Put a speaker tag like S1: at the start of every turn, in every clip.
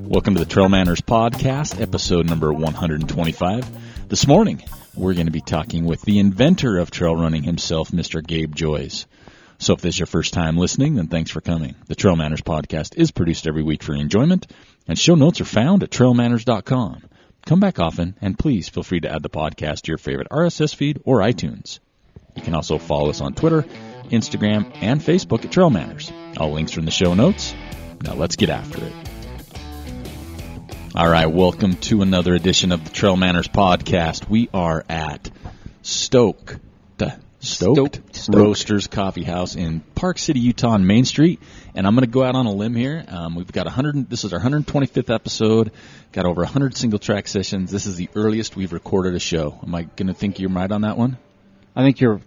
S1: Welcome to the Trail Manners Podcast, episode number 125. This morning, we're going to be talking with the inventor of trail running himself, Mr. Gabe Joyce. So if this is your first time listening, then thanks for coming. The Trail Manners Podcast is produced every week for your enjoyment, and show notes are found at trailmanners.com. Come back often, and please feel free to add the podcast to your favorite RSS feed or iTunes. You can also follow us on Twitter, Instagram, and Facebook at Trail Manners. All links are in the show notes. Now let's get after it. All right, welcome to another edition of the Trail Manners Podcast. We are at Stoke, the Stoked,
S2: Stoked. Stoked.
S1: Roasters Coffee House in Park City, Utah, on Main Street. And I'm going to go out on a limb here. Um, we've got 100. This is our 125th episode. Got over 100 single track sessions. This is the earliest we've recorded a show. Am I going to think you're right on that one?
S2: I think you're.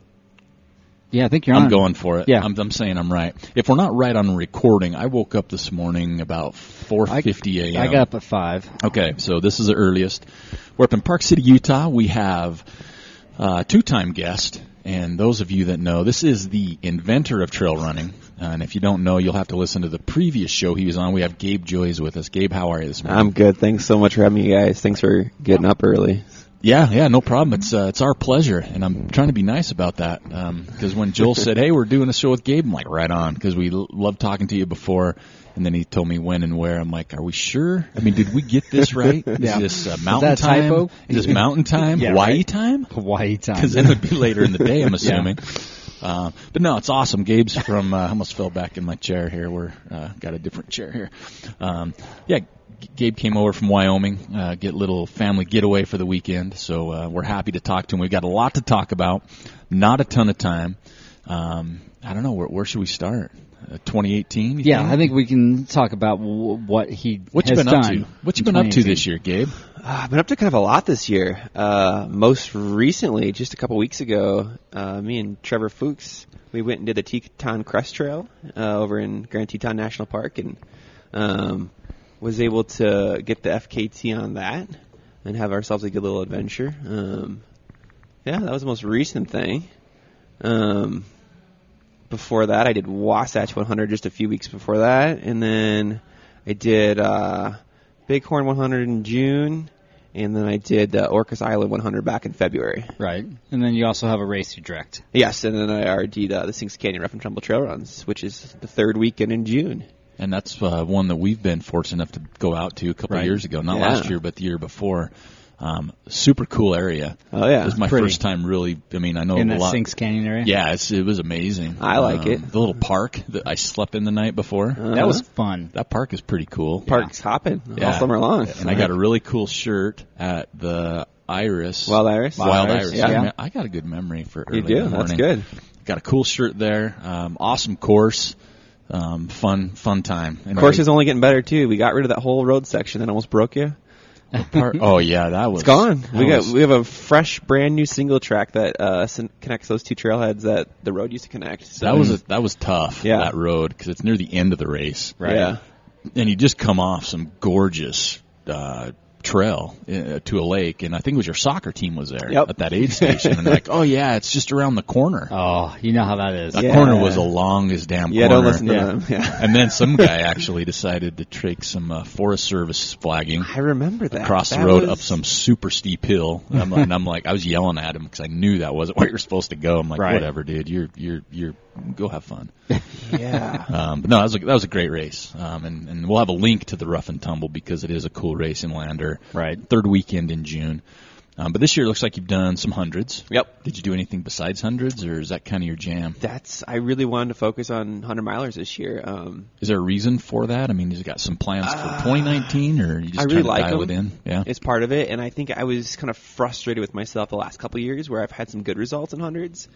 S2: Yeah, I think you're.
S1: I'm
S2: on.
S1: going for it.
S2: Yeah.
S1: I'm, I'm saying I'm right. If we're not right on recording, I woke up this morning about 4:50 a.m.
S2: I got up at five.
S1: Okay, so this is the earliest. We're up in Park City, Utah. We have uh, two-time guest, and those of you that know, this is the inventor of trail running. Uh, and if you don't know, you'll have to listen to the previous show he was on. We have Gabe Joyce with us. Gabe, how are you this morning?
S3: I'm good. Thanks so much for having me, guys. Thanks for getting up early.
S1: Yeah, yeah, no problem. It's uh, it's our pleasure, and I'm trying to be nice about that because when Joel said, "Hey, we're doing a show with Gabe," I'm like, "Right on," because we l- loved talking to you before. And then he told me when and where. I'm like, "Are we sure? I mean, did we get this right?
S2: Yeah.
S1: Is this uh, mountain
S2: that a
S1: time?
S2: typo?
S1: Is this mountain time?
S2: Yeah,
S1: Hawaii
S2: right.
S1: time?
S2: Hawaii time.
S1: Because then it would be later in the day, I'm assuming." Uh, but no, it's awesome. Gabe's from. Uh, I almost fell back in my chair here. We're uh, got a different chair here. Um, yeah, G- Gabe came over from Wyoming, uh, get little family getaway for the weekend. So uh, we're happy to talk to him. We've got a lot to talk about. Not a ton of time. Um, I don't know where, where should we start. Uh, 2018. you
S2: yeah, I think we can talk about w- what he
S1: What you
S2: has
S1: been up
S2: done
S1: to? What you
S2: in
S1: been up to
S2: 2018.
S1: this year, Gabe?
S3: Uh, I've been up to kind of a lot this year. Uh, most recently, just a couple weeks ago, uh, me and Trevor Fuchs, we went and did the Teton Crest Trail uh, over in Grand Teton National Park and um, was able to get the FKT on that and have ourselves a good little adventure. Um, yeah, that was the most recent thing. Um, before that, I did Wasatch 100 just a few weeks before that, and then I did uh, Bighorn 100 in June, and then I did uh, Orcas Island 100 back in February.
S2: Right, and then you also have a race you direct.
S3: Yes, and then I already did uh, the Sinks Canyon Rough and Tumble Trail Runs, which is the third weekend in June.
S1: And that's uh, one that we've been fortunate enough to go out to a couple
S2: Right.
S1: years ago. Not
S3: Yeah.
S1: last year, but the year before. Um, super cool area.
S3: Oh yeah,
S1: It was my
S2: Pretty.
S1: first time really. I mean, I know
S2: in
S1: Oh, a
S2: that
S1: lot.
S2: Sinks Canyon area.
S1: Yeah, it's, it was amazing. Um,
S3: I like it. Uh-huh.
S1: The little park that I slept in the night before.
S2: that was fun.
S1: That park is pretty cool.
S3: parks hopping all
S1: Yeah.
S3: summer long.
S1: And I got a really cool shirt at the Iris.
S3: Wild Iris?
S1: Wild,
S2: Wild
S1: Iris.
S2: Iris, yeah.
S1: I mean, I got a good memory for early
S3: you
S1: in
S3: do.
S1: the
S3: That's
S1: morning.
S3: good.
S1: Got a cool shirt there. Um, awesome course. Um, fun, fun time. And
S3: Course
S1: I-
S3: is only getting better too. We got rid of that whole road section that almost broke you.
S1: Part- oh yeah, that was
S3: It's gone.
S1: that
S3: We got
S1: was-
S3: we have a fresh, brand new single track that uh, syn- connects those two trailheads that the road used to connect. So
S1: that was a, that was tough.
S3: Yeah.
S1: that road because it's near the end of the race,
S3: Yeah.
S1: And you just come off some gorgeous uh, trail uh, to a lake, and I think it was your soccer team was there
S3: Yep.
S1: at that aid station, and they're like, oh yeah, it's just around the corner.
S2: Oh, you know how that is.
S1: That
S3: Yeah.
S1: corner was the longest damn
S3: Yeah,
S1: corner.
S3: don't listen to
S2: Yeah.
S3: them. Yeah.
S1: and then some guy actually decided to take some uh, Forest Service flagging
S3: I remember that.
S1: across the
S3: That
S1: road
S3: was-
S1: up some super steep hill. And I'm, and I'm like, I was yelling at him because I knew that wasn't where you're supposed to go. I'm like,
S2: Right.
S1: whatever, dude. You're you're you're go have fun.
S3: Yeah.
S1: Um, but no, that was a, that was a great race. Um, and and we'll have a link to the rough and tumble because it is a cool race in Lander.
S2: Right.
S1: Third weekend in June. Um, but this year it looks like you've done some hundreds.
S3: Yep.
S1: Did you do anything besides hundreds, or is that kind of your jam?
S3: That's I really wanted to focus on hundred milers this year. Um,
S1: Is there a reason for that? I mean, you got some plans for 2019, or you just
S3: Uh, I really
S1: kinda
S3: like
S1: dial it in?
S3: them.
S1: Yeah.
S3: it's part of it, and I think I was kind of frustrated with myself the last couple of years where I've had some good results in hundreds.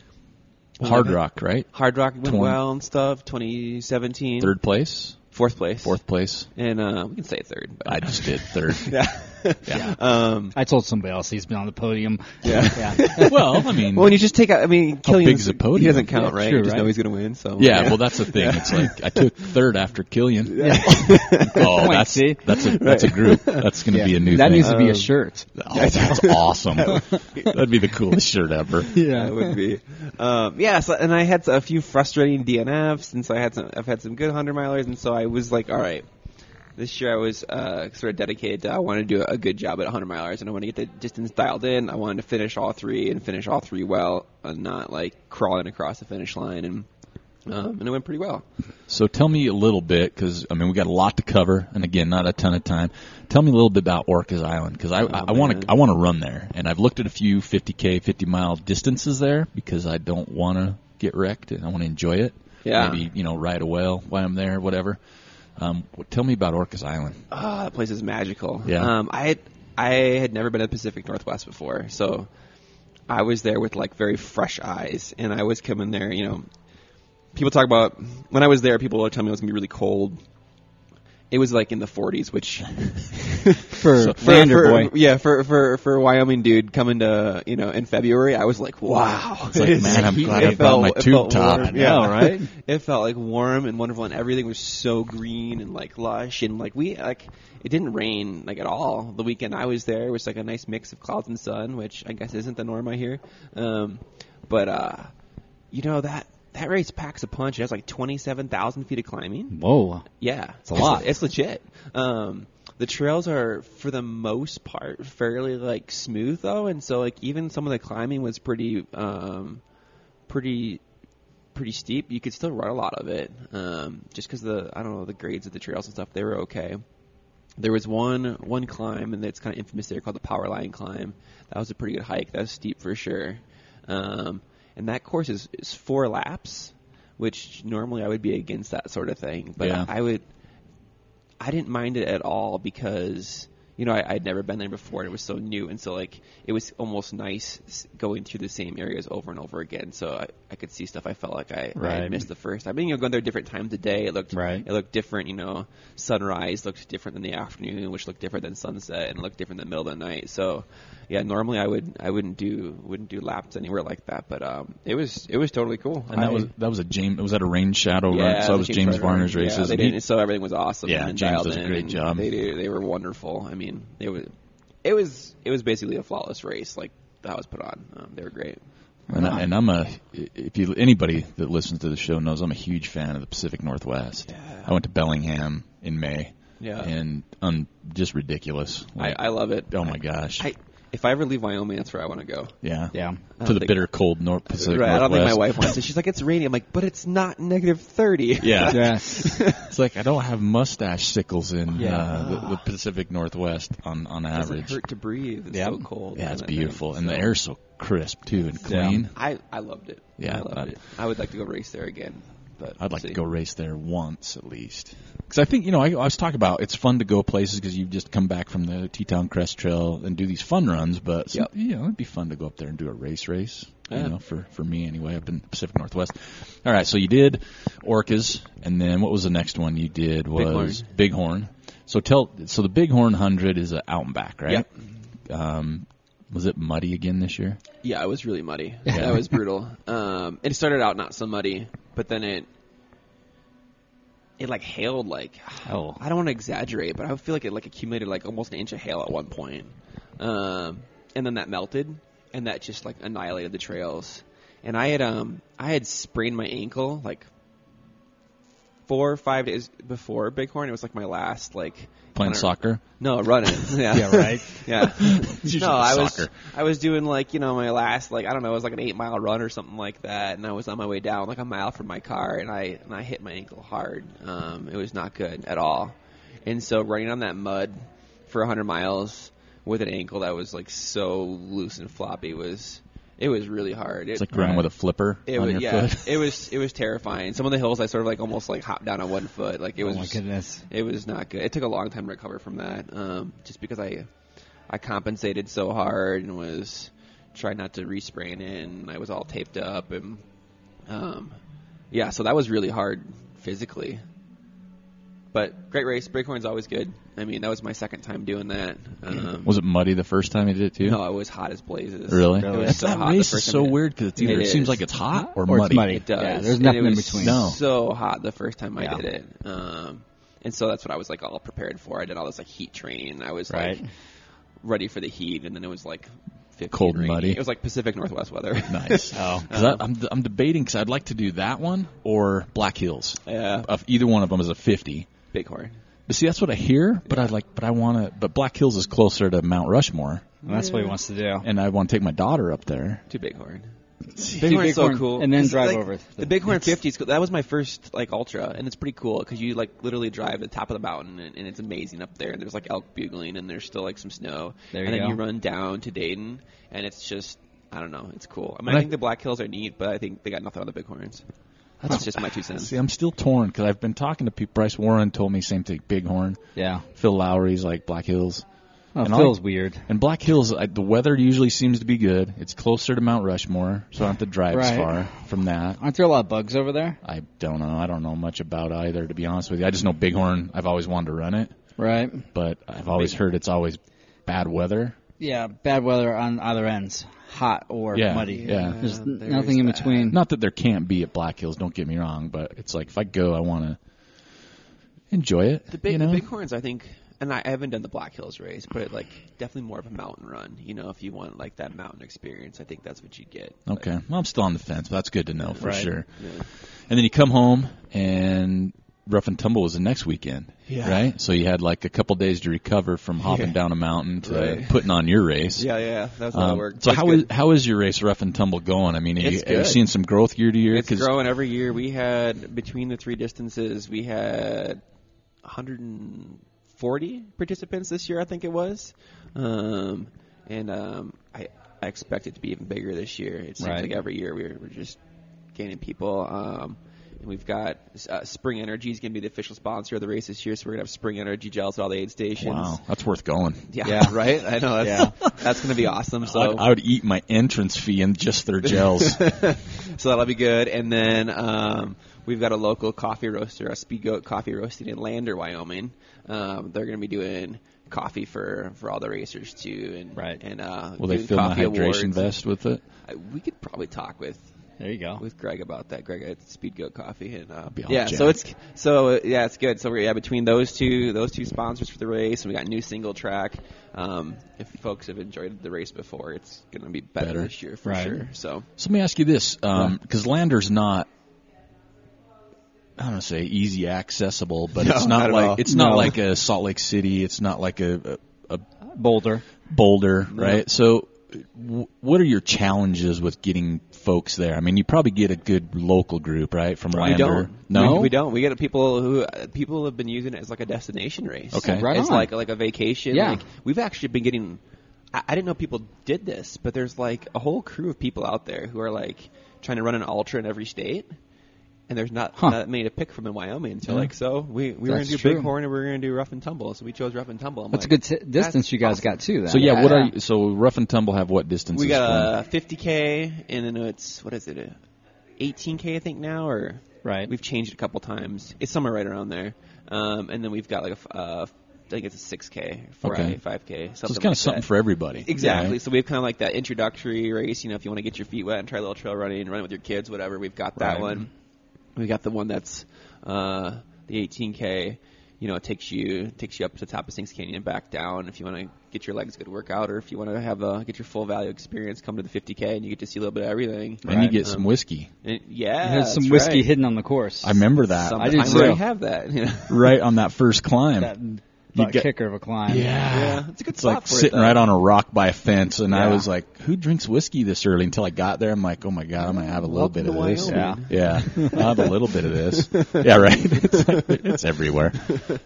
S1: Hard Rock, right?
S3: Hard Rock went
S1: Twenty-
S3: well and stuff. 2017,
S1: Third place,
S3: fourth place,
S1: fourth place.
S3: and uh, we can say third. But
S1: I just did third.
S3: yeah.
S1: Yeah.
S3: um,
S2: I told somebody else he's been on the podium.
S3: Yeah.
S1: well, I mean,
S3: well, when you just take out, I mean, Killian
S1: Mm. big's the podium?
S3: He doesn't count,
S2: Yeah,
S3: right?
S2: true,
S3: you just
S2: right?
S3: know he's going to win. So
S1: yeah, well, that's the thing. It's like I took third after Killian. Oh,
S2: Point,
S1: that's
S2: see?
S1: that's a that's a group. That's going to be a new
S2: that
S1: thing.
S2: needs to
S3: Um,
S2: be a shirt.
S1: Oh, that's awesome. That'd be the coolest shirt ever.
S3: that would be. Um, yeah, so, and I had a few frustrating DNFs, and so I had some. I've had some good hundred milers, and so I was like, all right, this year I was uh, sort of dedicated. to I want to do a good job at hundred milers, and I want to get the distance dialed in. I wanted to finish all three and finish all three well, and not like crawling across the finish line. And um, and it went pretty well.
S1: So tell me a little bit, because I mean we got a lot to cover, and again, not a ton of time. Tell me a little bit about Orcas Island, because I I want
S3: Oh, man.
S1: to I want to run there, and I've looked at a few 50k, 50 mile distances there because I don't want to get wrecked, and I want to enjoy it.
S3: Yeah.
S1: Maybe you know ride a whale while I'm there, whatever. Um, w- tell me about Orcas Island.
S3: Ah, that place is magical.
S1: Yeah.
S3: Um, I had, I had never been to the Pacific Northwest before, so I was there with like very fresh eyes, and I was coming there. You know, people talk about when I was there. People were telling me it was gonna be really cold. It was like in the 40s, which
S2: For
S3: for,
S2: Lander
S3: for-
S2: Boy.
S3: yeah, for for for a Wyoming dude coming to you know in February, I was like, wow,
S1: It's like,
S3: It is
S1: man, I'm
S3: heat.
S1: glad
S3: It
S1: I bought
S3: felt-
S1: my
S3: it
S1: tube
S3: felt
S1: top.
S3: warm.
S1: I
S3: Yeah,
S2: know, right?
S3: it felt like warm and wonderful, and everything was so green and like lush, and like we like it didn't rain like at all the weekend I was there. It was like a nice mix of clouds and sun, which I guess isn't the norm I hear. Um, but uh, you know that that race packs a punch. It has like twenty seven thousand feet of climbing.
S2: Whoa.
S3: Yeah, it's
S2: a lot.
S3: It's, legit. Um, the trails are, for the most part, fairly like smooth though, and so like even some of the climbing was pretty, um, pretty, pretty steep. You could still run a lot of it, um, just because the I don't know the grades of the trails and stuff. They were okay. There was one one climb, and it's kind of infamous there called the Power Line climb. That was a pretty good hike. That was steep for sure. Um, and that course is, is four laps, which normally I would be against that sort of thing, but
S1: Yeah.
S3: I would. I didn't mind it at all because you know I, I'd never been there before and it was so new, and so like it was almost nice s- going through the same areas over and over again. So I, I could see stuff I felt like I, I
S2: Right.
S3: had missed the first. I mean, you know, going there different times of day, it looked
S2: Right.
S3: it looked different. You know, sunrise looked different than the afternoon, which looked different than sunset, and looked different than middle of the night. So yeah, normally I would I wouldn't do wouldn't do laps anywhere like that, but um, it was it was totally cool.
S1: And that
S3: I-
S1: was that was a James. Was that a rain shadow
S3: yeah,
S1: run? So that was James Varner's races.
S3: Yeah, they
S1: and he-
S3: didn't, so everything was awesome.
S1: Yeah,
S3: and
S1: James
S3: dialed
S1: does a
S3: in,
S1: great
S3: and
S1: job.
S3: They do, they were wonderful. I mean, it was it was it was basically a flawless race like that was put on. Um, they were great.
S1: And, I, and I'm a if you anybody that listens to the show knows I'm a huge fan of the Pacific Northwest. I went to Bellingham in May.
S3: Yeah.
S1: and um, just ridiculous.
S3: I,
S1: Like,
S3: I love it.
S1: oh my gosh.
S3: I, if I ever leave Wyoming, that's where I want to go.
S1: yeah,
S2: Yeah.
S1: To the
S3: think-
S1: bitter cold North Pacific
S3: right. I don't
S1: Northwest.
S3: think my wife wants it. She's like, it's raining. I'm like, but it's not negative thirty.
S1: Yeah.
S2: Yes.
S1: it's like I don't have mustache sickles in
S2: Yeah.
S1: uh, the, the Pacific Northwest on on
S3: It doesn't
S1: average.
S3: hurt to breathe. It's
S2: Yeah.
S3: so cold.
S1: yeah, it's
S3: and I think-
S1: beautiful, and the air's so crisp too and clean.
S3: I I loved it.
S1: Yeah,
S3: I loved
S1: that-
S3: it. I would like to go race there again. But
S1: I'd like
S3: see.
S1: to go race there once at least. Because I think, you know, I, I was talking about it's fun to go places because you've just come back from the Teton Crest Trail and do these fun runs, but, some-
S3: Yep.
S1: you know, it'd be fun to go up there and do a race race,
S3: Yeah.
S1: you know, for, for me anyway, up in the Pacific Northwest. All right, so you did Orcas, and then what was the next one you did was Bighorn. So tell, so the Bighorn 100 is an out and back, right?
S3: Yep.
S1: Um, was it muddy again this year?
S3: Yeah, it was really muddy. That was brutal. Um, it started out not so muddy, but then it it like hailed like
S2: Oh.
S3: I don't want to exaggerate, but I feel like it like accumulated like almost an inch of hail at one point. Um, and then that melted, and that just like annihilated the trails. And I had um I had sprained my ankle like four or five days before Bighorn. It was like my last like
S1: Playing
S3: kinda-
S1: soccer?
S3: No, running. Yeah,
S2: Yeah, right.
S3: yeah.
S1: usually
S3: no, I was
S1: soccer.
S3: I was doing like you know my last like I don't know it was like an eight mile run or something like that, and I was on my way down like a mile from my car, and I and I hit my ankle hard. Um, it was not good at all, and so running on that mud for a hundred miles with an ankle that was like so loose and floppy was it was really hard. It,
S1: It's like running with a flipper
S3: it
S1: on
S3: was
S1: your
S3: yeah,
S1: foot.
S3: it was it was terrifying. Some of the hills I sort of like almost like hopped down on one foot. Like it
S2: Oh
S3: was
S2: my goodness.
S3: it was not good. It took a long time to recover from that, um, just because I I compensated so hard and was trying not to re-sprain it, and I was all taped up, and um, yeah, so that was really hard physically. But great race, Breakhorn's always good. I mean, that was my second time doing that. Um,
S1: Was it muddy the first time you did it too?
S3: no, it was hot as blazes.
S1: Really?
S3: It was
S1: That's
S3: so
S1: that
S3: hot the
S1: race is
S3: first time
S1: so
S3: I did-
S1: weird because it's either
S3: It
S1: it, seems
S3: is.
S1: like it's hot or,
S2: Or it's
S1: muddy.
S2: muddy.
S3: It does.
S2: Yeah, there's
S3: And
S2: nothing
S3: it
S2: in
S3: was
S2: between.
S1: No.
S3: So hot the first time I
S2: Yeah.
S3: did it, um, and so that's what I was like all prepared for. I did all this like heat training. I was
S2: Right.
S3: like ready for the heat, and then it was like 50
S1: Cold and
S3: rainy.
S1: muddy.
S3: It was like Pacific Northwest weather.
S1: Nice.
S2: Oh.
S1: 'Cause I, I'm, I'm debating because I'd like to do that one or Black Hills.
S3: yeah,
S2: Uh,
S1: Of either one of them is a 50.
S3: Bighorn.
S1: But see, that's what I hear. But I'd like, but I want to. But Black Hills is closer to Mount Rushmore,
S2: And that's what he wants to do.
S1: and I want to take my daughter up there.
S3: Two Bighorn.
S2: Two
S3: Bighorn's so
S2: Bighorn
S3: cool.
S2: and then
S3: It's
S2: drive
S3: like-
S2: over.
S3: The Bighorn 50 is cool. That was my first like ultra, and it's pretty cool because you like literally drive the top of the mountain, and, and it's amazing up there. There's like elk bugling, and there's still like some snow.
S2: There
S3: and
S2: you
S3: then
S2: go.
S3: you run down to Dayton, and it's just I don't know. It's cool. I mean,
S1: And I-
S3: I think the Black Hills are neat, but I think they got nothing on the Bighorns. That's just my two cents.
S1: See, I'm still torn because I've been talking to people. Bryce Warren told me same thing. Bighorn.
S2: Yeah.
S1: Phil Lowry's like Black Hills.
S2: Well,
S1: And
S2: feels
S1: I'll-
S2: weird.
S1: And Black Hills, I, the weather usually seems to be good. It's closer to Mount Rushmore, so I don't have to drive as
S2: Right.
S1: far from that.
S2: Aren't there a lot of bugs over there?
S1: I don't know. I don't know much about either, to be honest with you. I just know Bighorn. I've always wanted to run it,
S2: Right.
S1: but I've always heard it's always bad weather.
S2: Yeah, bad weather on either ends, hot or
S1: Yeah,
S2: muddy.
S1: yeah.
S2: There's n-
S3: There
S2: nothing
S3: is
S2: in
S3: that.
S2: between.
S1: Not that there can't be at Black Hills. Don't get me wrong, but it's like if I go, I want to enjoy it.
S3: The, big,
S1: you know,
S3: the Bighorns, I think, and I, I haven't done the Black Hills race, but like definitely more of a mountain run. You know, if you want like that mountain experience, I think that's what you get.
S1: Okay. Well, I'm still on the fence, but that's good to know for
S2: Right.
S1: sure.
S3: Yeah.
S1: And then you come home, and rough and tumble was the next weekend,
S3: Yeah.
S1: right? So you had like a couple days to recover from hopping
S3: Yeah.
S1: down a mountain to
S3: Right.
S1: putting on your race.
S3: Yeah, yeah, that's how it
S1: Um,
S3: worked.
S1: so
S3: It's
S1: how
S3: good.
S1: is how is your race rough and tumble going? I mean, are you,
S3: It's
S1: are you
S3: good.
S1: seeing some growth year to year?
S3: It's growing every year. We had between the three distances, we had 140 participants this year, I think it was, um, and um, I, I expect it to be even bigger this year. It seems
S2: Right.
S3: like every year we're, we're just gaining people. Um, and we've got uh, Spring Energy is going to be the official sponsor of the race this year, so we're going to have Spring Energy gels at all the aid stations.
S1: wow, that's worth going.
S3: Yeah,
S2: Yeah.
S3: right. I know that's that's going to be awesome. So
S1: I'd, I would eat my entrance fee in just their gels.
S3: so that'll be good. And then um, we've got a local coffee roaster, a Speed Goat Coffee Roasting in Lander, Wyoming. Um, they're going to be doing coffee for, for all the racers too, and
S2: Right.
S3: and uh,
S1: Will they
S3: doing
S1: fill my
S3: coffee
S1: hydration
S3: awards.
S1: vest with it?
S3: I- We could probably talk with
S2: there you go.
S3: with Greg about that. Greg at Speed Goat Coffee, and uh,
S1: be all
S3: yeah, so
S1: jacked.
S3: it's so uh, yeah, it's good. So we're, yeah, between those two those two sponsors for the race, and we got a new single track. Um, if folks have enjoyed the race before, it's going to be better,
S1: Better.
S3: this year for
S2: Right.
S3: sure. So
S1: So let me ask you this, because Lander's not. I don't want to say easy accessible, but it's
S3: not
S1: not
S3: at all.
S1: like it's not
S2: No.
S1: like a Salt Lake City. It's not like a, a, a
S2: Boulder.
S1: Boulder, right? So, w- what are your challenges with getting folks there? I mean, you probably get a good local group, right, from
S3: We
S1: Lander.
S3: don't.
S1: No,
S3: we, we don't. We get people who uh, people have been using it as like a destination race.
S1: Okay.
S2: Right
S3: it's
S2: on.
S3: like like a vacation.
S2: Yeah.
S3: like, we've actually been getting. I, I didn't know people did this, but there's like a whole crew of people out there who are like trying to run an ultra in every state. And there's not
S2: Huh.
S3: not many to pick from in Wyoming, so
S1: Yeah.
S3: like so we, we were gonna
S2: That's
S3: do
S2: true.
S3: Bighorn and we were gonna do Rough and Tumble, so we chose Rough and Tumble. I'm
S2: That's
S3: like,
S2: a good t- distance you guys
S3: awesome.
S2: got too. Then.
S1: So yeah, what are you, so rough and tumble have what distances?
S3: We got a 50k, and then it's what is it, a 18k I think now, or
S2: Right.
S3: We've changed it a couple times. It's somewhere right around there. Um, and then we've got like a, f- uh, I think it's a 6k, 4
S1: Okay.
S3: 5k, something.
S1: So it's kind
S3: like
S1: of something
S3: that.
S1: for everybody.
S3: Exactly.
S1: right?
S3: So we have kind of like that introductory race. You know, if you want to get your feet wet and try a little trail running, run it with your kids, whatever. We've got that
S1: Right.
S3: one. We got the one that's uh, the 18k. You know, it takes you takes you up to the top of Sinks Canyon, back down. If you want to get your legs a good workout, or if you want to have a get your full value experience, come to the 50k, and you get to see a little bit of everything.
S1: And you get some whiskey.
S3: And- yeah,
S2: There's some
S3: that's
S2: whiskey
S3: right.
S2: hidden on the course.
S1: I remember that.
S2: I did
S3: Sometimes we
S2: too.
S3: have that. You know?
S1: right on that first climb.
S2: That butt
S1: get-
S2: kicker of a climb.
S1: Yeah.
S3: Yeah, it's a good
S1: It's
S3: spot
S1: like
S3: for it,
S1: sitting
S3: though.
S1: right on a rock by a fence, and I
S3: Yeah.
S1: was like, "Who drinks whiskey this early?" Until I got there, I'm like, "Oh my god, I'm gonna have a little
S3: Welcome
S1: bit of
S3: to
S1: this."
S3: Wyoming.
S1: Yeah, yeah, I'll have a little bit of this. Yeah, right. It's, like- it's everywhere.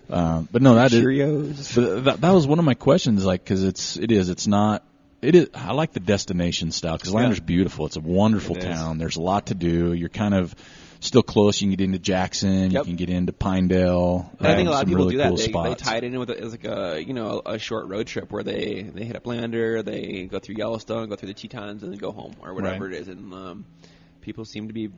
S1: Um, but no, that is.
S3: Cheerios.
S1: But that, that was one of my questions, like, because it's it is it's not it is. I like the destination style because Lander's beautiful. It's a wonderful
S3: It is.
S1: town. There's a lot to do. You're kind of still close. You can get into Jackson. You
S3: Yep.
S1: can get into Pinedale.
S3: And I think a
S1: um,
S3: lot of
S1: some
S3: people
S1: really
S3: do that.
S1: Cool
S3: they, they
S1: spots.
S3: tie it in with a, as like a you know a short road trip where they they hit up Lander, they go through Yellowstone, go through the Tetons, and then go home or whatever
S1: Right.
S3: it is. And um, people seem to be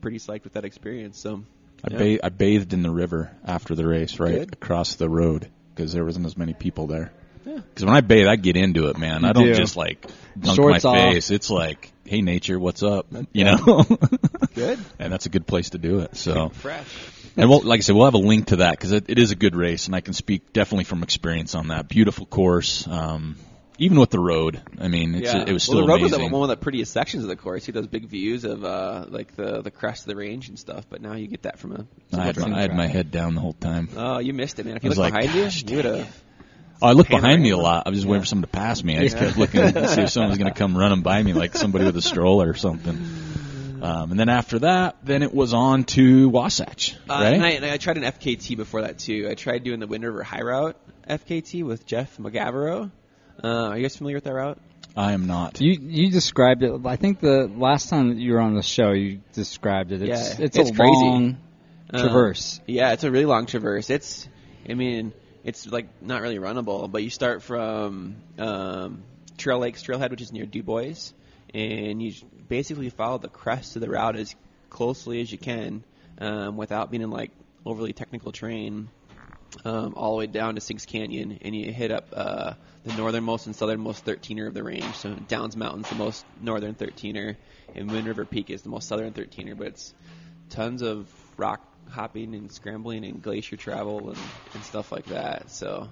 S3: pretty psyched with that experience. So
S1: I,
S3: yeah.
S1: ba- I bathed in the river after the race, right
S3: Good.
S1: across the road, because there wasn't as many people there.
S3: Yeah.
S1: Because when I bathe, I get into it, man. I don't
S2: do.
S1: just like dunk
S2: Shorts
S1: my
S2: off.
S1: face. It's like, hey, nature, what's up? You know,
S3: good,
S1: and that's a good place to do it. So
S3: fresh.
S1: And we'll, like I said, we'll have a link to that because it, it is a good race, and I can speak definitely from experience on that. Beautiful course, um, even with the road. I mean, it's,
S3: yeah,
S1: it was
S3: well,
S1: still
S3: the road
S1: amazing.
S3: was one of the prettiest sections of the course. You see those big views of uh, like the the crest of the range and stuff. But now you get that from a.
S1: I had, my, I had my head down the whole time.
S3: Oh, you missed it, man! If you
S1: I was
S3: look
S1: like,
S3: behind you,
S1: gosh,
S3: you would have.
S1: Oh, I looked behind
S3: panorama.
S1: me a lot. I was just waiting for someone to pass me. I just kept looking to see if someone was going to come running by me, like somebody with a stroller or something. Um, and then after that, then it was on to Wasatch,
S3: Uh,
S1: right?
S3: and, I, and I tried an FKT before that too. I tried doing the Wind River High Route FKT with Jeff McGavero. Uh, are you guys familiar with that route?
S1: I am not.
S2: You you described it. I think the last time that you were on the show, you described it. It's
S3: Yeah,
S2: it's, Uh-huh.
S3: it's
S2: a
S3: crazy.
S2: long
S3: Uh,
S2: traverse.
S3: Yeah, it's a really long traverse. It's, I mean, it's like not really runnable, but you start from um, Trail Lakes Trailhead, which is near Du Bois, and you basically follow the crest of the route as closely as you can um, without being in like overly technical terrain. Um, all the way down to Sinks Canyon, and you hit up uh, the northernmost and southernmost 13er of the range. So Downs Mountain's the most northern 13er, and Wind River Peak is the most southern 13er. But it's tons of rock hopping and scrambling and glacier travel and, and stuff like that. So,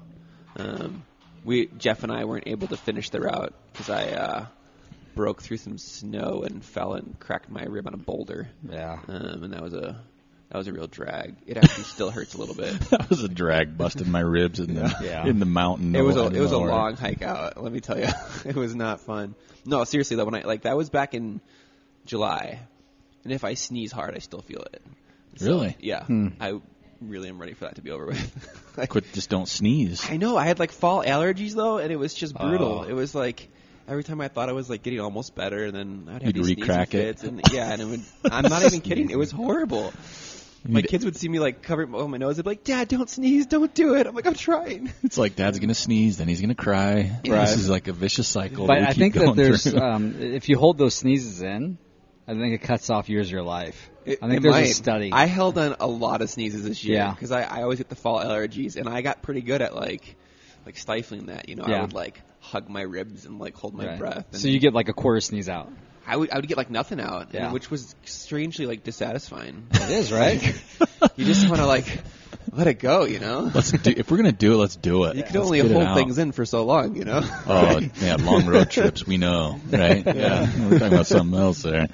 S3: um, we Jeff and I weren't able to finish the route because I uh, broke through some snow and fell and cracked my rib on a boulder.
S2: Yeah.
S3: Um, and that was a that was a real drag. It actually still hurts a little bit.
S1: that was a drag, busted my ribs in the
S2: Yeah.
S1: in the mountain.
S3: It was
S1: middle
S3: a
S1: of
S3: it was a
S1: nowhere.
S3: long hike out. Let me tell you, it was not fun. No, seriously though, when I like that was back in July, and if I sneeze hard, I still feel it. So,
S1: Really? Hmm.
S3: yeah, I really am ready for that to be over with. Like,
S1: Quit, just don't sneeze.
S3: I know I had like fall allergies though, and it was just brutal.
S2: Oh.
S3: It was like every time I thought I was like getting almost better, and then I'd have
S1: You'd
S3: these sneezing
S1: re-crack it.
S3: fits, and yeah, and it would, I'm not even kidding. It was horrible. My
S1: need-
S3: kids would see me like covering my- my nose. They'd be like, "Dad, don't sneeze, don't do it." I'm like, "I'm trying."
S1: It's like dad's gonna sneeze, then he's gonna cry.
S2: Right.
S1: This is like a vicious cycle.
S2: But
S1: we
S2: I
S1: keep
S2: think that
S1: going
S2: there's
S1: through.
S3: uh,
S2: um, if you hold those sneezes in, I think it cuts off years of your life.
S3: It-
S2: I think
S3: it
S2: there's a
S3: might.
S2: study.
S3: I held on a lot of sneezes this year
S2: Yeah.
S3: because I, I always get the fall allergies, and I got pretty good at like like stifling that. You know, I
S2: Yeah.
S3: would like hug my ribs and like hold my
S2: Right.
S3: breath. And
S2: So you get like a quarter sneeze out.
S3: I would I would get like nothing out, and-
S2: Yeah.
S3: which was strangely like dissatisfying.
S2: It is right.
S3: you just want to like let it go, you know.
S1: let's do, if we're gonna do it, let's do it.
S3: you can only hold things in for so long, you know.
S1: Oh yeah, long road trips. We know, right? Yeah, we're talking about something else there.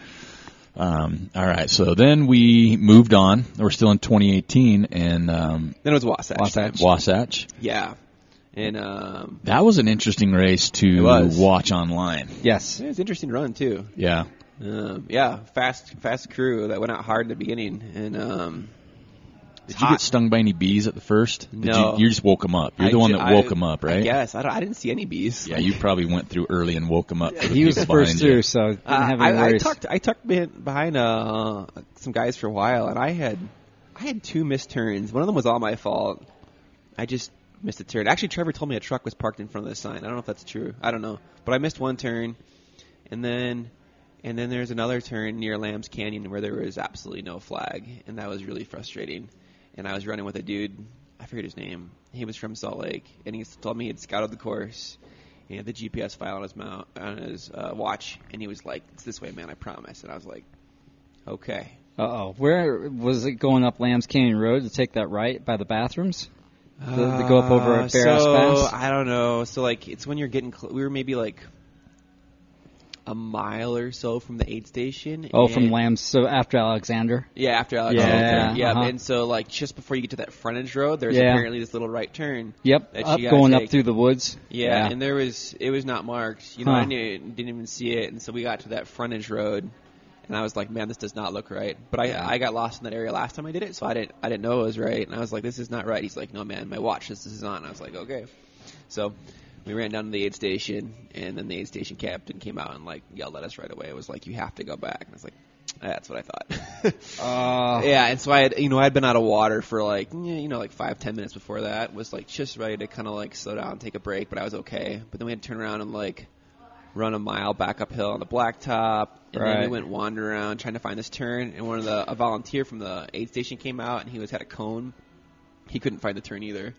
S1: Um, all right, so then we moved on. We're still in 2018, and um,
S3: then it was Wasatch.
S1: Wasatch.
S3: Yeah, and um,
S1: That was an interesting race to
S3: was.
S1: watch online.
S2: yes.
S3: it was an interesting run too.
S1: Yeah,
S3: Um, yeah, fast fast crew that went out hard in the beginning, and um,
S1: Did
S3: it's
S1: you get
S3: hot.
S1: stung by any bees at the first? Did
S3: No.
S1: You, you just woke them up. You're
S3: I
S1: the one
S3: ju-
S1: that
S3: I-
S1: woke them up, right?
S3: I guess I, don't, I didn't see any bees.
S1: Yeah, you probably went through early and woke them up. for the
S2: He was
S1: people
S2: the first
S1: behind you.
S2: through, so didn't
S3: Uh,
S2: have any
S3: I, I
S2: worries.
S3: tucked I tucked behind, behind uh, some guys for a while, and I had I had two missed turns. One of them was all my fault. I just missed a turn. Actually, Trevor told me a truck was parked in front of the sign. I don't know if that's true. I don't know, but I missed one turn, and then and then there's another turn near Lamb's Canyon where there was absolutely no flag, and that was really frustrating. And I was running with a dude. I forget his name. He was from Salt Lake, and he told me he'd scouted the course. He had the GPS file on his mount, on his uh, watch, and he was like, "It's this way, man. I promise." And I was like, "Okay."
S2: Uh oh. Where was it going up Lambs Canyon Road to take that right by the bathrooms? To, to go up over
S3: Uh,
S2: a bare ass
S3: so,
S2: fence?
S3: I don't know. So like, it's when you're getting. Cl- we were maybe like a mile or so from the aid station.
S2: Oh, from
S3: and-
S2: Lambs. So after Alexander.
S3: Yeah, after Alexander.
S2: Yeah,
S3: yeah.
S2: uh-huh.
S3: And so, like, just before you get to that frontage road, there's
S2: Yeah.
S3: apparently this little right turn.
S2: Yep.
S3: That
S2: Up,
S3: you gotta
S2: going up
S3: take.
S2: through the woods.
S3: Yeah, and there was it was not marked. You know,
S2: Huh.
S3: I knew it, didn't even see it, and so we got to that frontage road, and I was like, "Man, this does not look right." But I I got lost in that area last time I did it, so I didn't I didn't know it was right, and I was like, "This is not right." He's like, "No, man, my watch this is on." I was like, "Okay," so we ran down to the aid station, and then the aid station captain came out and like yelled at us right away. It was like, "You have to go back," and I was like. That's what I thought.
S2: Ah.
S3: yeah, and so I had, you know, I had been out of water for like, eh, you know, like five, ten minutes before that. Was like just ready to kind of like slow down, take a break, but I was okay. But then we had to turn around and like run a mile back uphill on the blacktop, and then we
S2: Right.
S3: went wander around trying to find this turn. And one of the a volunteer from the aid station came out, and he was had a cone. He couldn't find the turn either,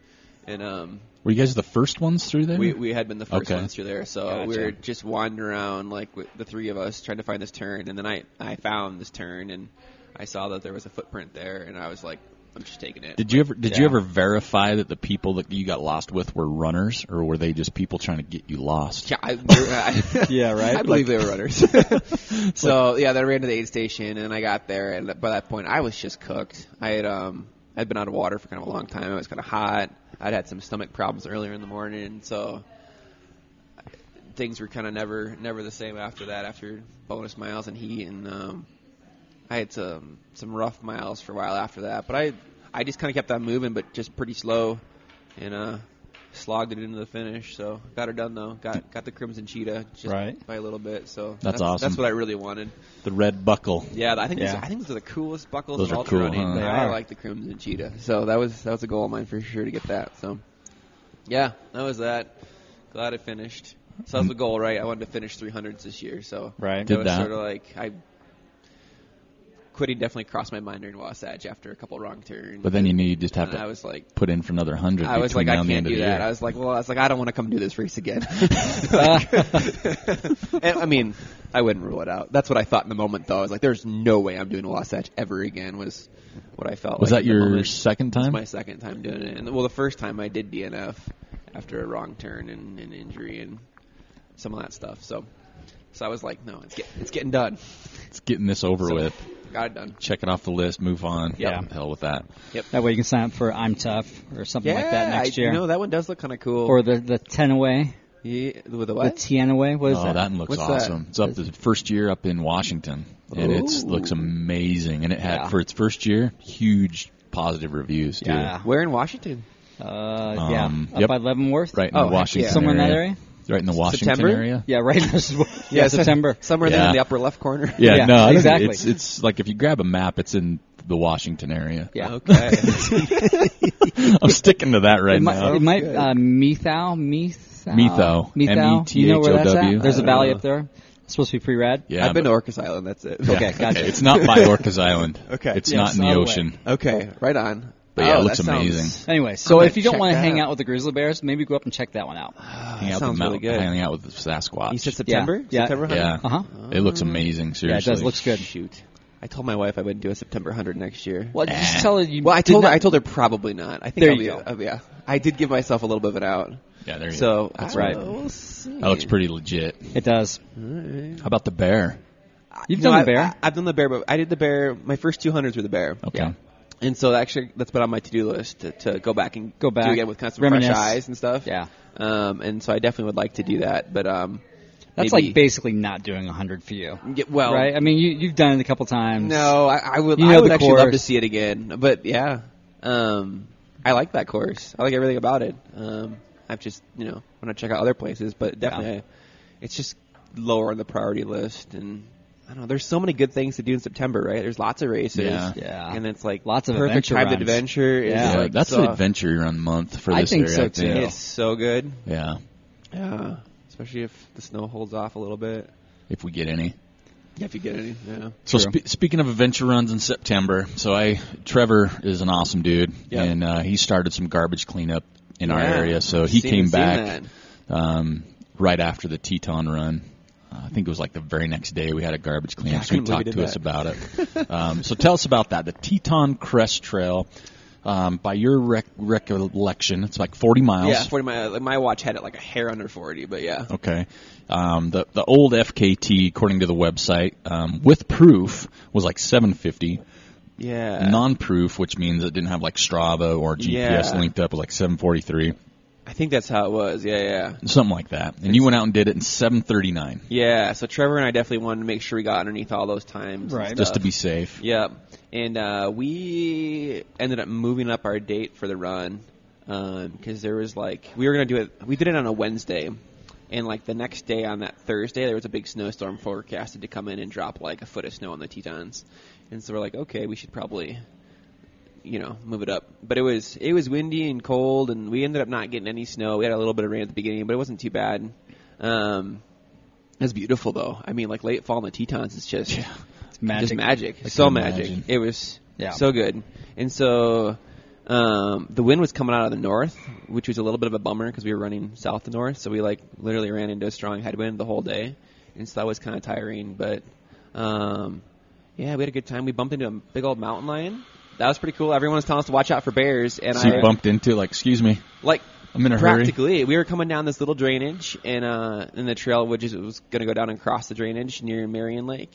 S3: and um,
S1: Were you guys the first ones through there?
S3: we, we had been the first
S1: Okay.
S3: ones through there, so
S1: Gotcha.
S3: we were just wandering around, like with the three of us, trying to find this turn. And then I, I found this turn, and I saw that there was a footprint there, and I was like, I'm just taking it.
S1: did you ever did you
S2: Yeah.
S1: ever verify that the people that you got lost with were runners or were they just people trying to get you lost?
S3: Yeah, I, I-
S2: Yeah, right?
S3: I believe they were runners. so yeah, then I ran to the aid station, and I got there, and by that point, I was just cooked. I had um, I'd been out of water for kind of a long time. It was kind of hot. I'd had some stomach problems earlier in the morning, so things were kind of never never the same after that. After bonus miles and heat, and um, I had some some rough miles for a while after that. But I I just kind of kept on moving, but just pretty slow, and uh, slogged it into the finish. So got her done though. Got got the crimson cheetah just
S2: Right.
S3: by a little bit. So
S1: That's awesome.
S3: That's what I really wanted.
S1: The red buckle.
S3: Yeah, I think
S2: Yeah.
S3: These, I think those are the coolest buckles
S1: Those
S3: in
S1: are
S3: ultra
S1: cool,
S3: running.
S1: huh? They
S3: I
S2: are.
S3: like the crimson cheetah. So that was that was a goal of mine for sure to get that. So yeah, that was that. Glad I finished. So that was the goal, right? I wanted to finish 300s this year. So
S2: Right.
S1: Did
S3: was
S1: that.
S3: sort of like I quitting definitely crossed my mind during Wasatch after a couple wrong turns.
S1: But then you knew you just have
S3: and I
S1: to
S3: was like.
S1: put in for another hundred
S3: I was
S1: between
S3: like,
S1: now
S3: I
S1: and the
S3: can't
S1: end of
S3: do
S1: the
S3: that. I
S1: year.
S3: was like, well, I was like, I don't want to come do this race again. and, I mean, I wouldn't rule it out. That's what I thought in the moment, though. I was like, there's no way I'm doing Wasatch ever again. Was what I felt.
S1: Was
S3: like
S1: that
S3: in the
S1: your
S3: moment.
S1: second time?
S3: It's my second time doing it, and well, the first time I did DNF after a wrong turn and an injury and some of that stuff. So, so I was like, no, it's get, it's getting done.
S1: It's getting this over
S3: So,
S1: with.
S3: Got it done.
S1: Check it off the list. Move on.
S3: Yeah.
S1: Hell with that.
S2: That way you can sign up for I'm Tough or something like that next
S3: I,
S2: year.
S3: you know that one does look kind of cool.
S2: or the the ten away,
S3: yeah, with
S2: the
S3: the what?
S2: ten away. What is
S1: oh,
S2: that?
S1: that, one looks
S3: What's that?
S1: awesome. It's up the first year up in Washington, and it
S3: Ooh.
S1: looks amazing. And it had
S3: Yeah.
S1: for its first year huge positive reviews too.
S2: Yeah.
S3: Where in Washington?
S2: Uh,
S1: Um,
S2: yeah, up
S1: yep.
S2: by Leavenworth.
S1: Right in
S3: Oh,
S1: the
S3: heck
S1: Washington
S3: yeah.
S2: Somewhere in
S1: area.
S2: that area.
S1: Right in the Washington
S3: September?
S1: area.
S2: Yeah, right. yeah, yeah,
S3: so-
S2: September.
S3: Somewhere there
S1: Yeah.
S3: in the upper left corner.
S1: Yeah,
S2: Yeah,
S1: no, I don't know.
S2: exactly.
S1: It's, it's like if you grab a map, it's in the Washington area.
S2: Yeah.
S3: Okay.
S1: I'm sticking to that right
S2: it might,
S1: now.
S2: it might uh, Methow, Methow,
S1: Methow.
S2: Methow. Do you know where that's
S1: M E T H O W.
S2: at? There's a
S3: I don't
S2: valley
S3: know.
S2: up there. It's supposed to be pretty rad.
S1: yeah,
S3: I've been
S1: but-
S3: to Orcas Island. That's it.
S1: yeah,
S2: Okay, gotcha.
S1: It's not by Orcas Island.
S3: Okay.
S1: It's
S2: Yeah,
S1: not
S2: it's
S1: in the
S2: not away.
S1: ocean.
S3: Okay. Right on.
S1: But yeah, it
S3: Oh,
S1: looks
S3: that sounds-
S1: amazing.
S2: Anyway, so
S3: I'm
S2: if you
S3: gonna
S2: don't want to
S3: check
S2: hang
S3: that
S2: out with the grizzly bears, maybe go up and check that one out. Uh
S1: Hang out with
S3: sounds
S1: the
S3: really
S1: mountain-
S3: good.
S1: hanging out with the Sasquatch.
S3: You said September?
S2: Yeah.
S3: September 100?
S1: yeah,
S2: huh.
S1: it looks amazing.
S2: Uh-huh. Mm-hmm. Yeah,
S1: Seriously,
S2: it does. Looks good.
S3: Shoot. I told my wife I wouldn't do a September 100 next year.
S2: Well, just tell her you.
S3: Well, I
S2: did
S3: told her,
S2: not-
S3: I told her probably not. I think
S2: There
S3: I'll
S2: you go.
S3: be, uh, yeah. I did give myself a little bit of an out.
S1: Yeah, there you go.
S3: So,
S2: That's
S3: I don't
S2: right.
S3: know. We'll see.
S1: That looks Oh, pretty legit.
S2: It does.
S1: How about the bear?
S2: You've
S3: No,
S2: done
S3: I,
S2: the bear.
S3: I, have done the bear, but I did the bear. My first 200s were the bear.
S1: Okay.
S3: And so actually, that's been on my to-do list to, to go back and
S2: Go back,
S3: do again with kind of some
S2: reminisce.
S3: fresh eyes and stuff.
S2: Yeah.
S3: Um, and so I definitely would like to do that, but um,
S2: That's
S3: maybe-
S2: like basically not doing 100 for you.
S3: Yeah, well,
S2: right? I mean, you, you've done it a couple times.
S3: no, I, I would.
S2: You
S3: I
S2: know
S3: would
S2: the
S3: actually love to
S2: course.
S3: see it again, but yeah, um, I like that course. I like everything about it. Um, I've just you know want to check out other places, but definitely I, it's just lower on the priority list. And I don't know. There's so many good things to do in September, right? There's lots of races.
S1: Yeah.
S2: Yeah.
S3: And it's like
S2: Lots of
S3: perfect
S2: adventure
S3: time to
S2: runs.
S3: adventure. is,
S2: Yeah.
S1: Yeah,
S3: like,
S1: that's
S3: so-
S1: an adventure run month for
S2: I
S1: this
S2: think
S1: area.
S2: so,
S1: I think.
S2: too.
S3: It's so good.
S1: Yeah,
S3: Yeah, especially if the snow holds off a little bit.
S1: if we get any.
S3: Yeah, if you get any. Yeah.
S1: So
S2: True.
S1: spe- speaking of adventure runs in September, so I Trevor is an awesome dude,
S3: Yeah.
S1: and uh, he started some garbage cleanup in our
S3: Yeah.
S1: area. So he
S3: Seen-
S1: came
S3: seen
S1: back
S3: that.
S1: um, right after the Teton run. Uh, I think it was like the very next day we had a garbage cleanup.
S3: I
S1: so he
S3: couldn't
S1: talked
S3: believe we
S1: to
S3: did
S1: us
S3: that.
S1: about it. um, so tell us about that. The Teton Crest Trail Um, by your rec- recollection, it's like 40 miles.
S3: Yeah, 40 my my watch had it like a hair under 40, but yeah.
S1: Okay. Um, the the old FKT, according to the website, um, with proof was like 750.
S3: Yeah.
S1: Non-proof, which means it didn't have like Strava or GPS
S3: Yeah.
S1: linked up, was like 743,
S3: I think that's how it was. Yeah, yeah.
S1: something like that. And you went out and did it in 739,
S3: Yeah, so Trevor and I definitely wanted to make sure we got underneath all those times. and
S2: Right.
S1: just to
S3: stuff.
S1: be safe.
S3: Yeah, and uh, we ended up moving up our date for the run because there was like we were gonna do it. We did it on a Wednesday, and like the next day on that Thursday, there was a big snowstorm forecasted to come in and drop like a foot of snow on the Tetons, and so we're like, okay, we should probably, you know, move it up. But it was it was windy and cold, and we ended up not getting any snow. We had a little bit of rain at the beginning, but it wasn't too bad. Um, it was beautiful though. I mean, like late fall in the Tetons is just.
S2: It's magic.
S3: Just magic.
S1: I
S3: so
S1: can
S3: magic.
S1: imagine.
S3: It was
S2: Yeah.
S3: so good. And so um, the wind was coming out of the north, which was a little bit of a bummer because we were running south to north. So we like literally ran into a strong headwind the whole day, and so that was kind of tiring. But um, yeah, we had a good time. We bumped into a big old mountain lion. That was pretty cool. Everyone was telling us to watch out for bears, and
S1: So
S3: I
S1: you bumped into like, excuse me,
S3: like
S1: I'm in a hurry.
S3: practically we were coming down this little drainage and uh and the trail which is was gonna go down and cross the drainage near Marion Lake.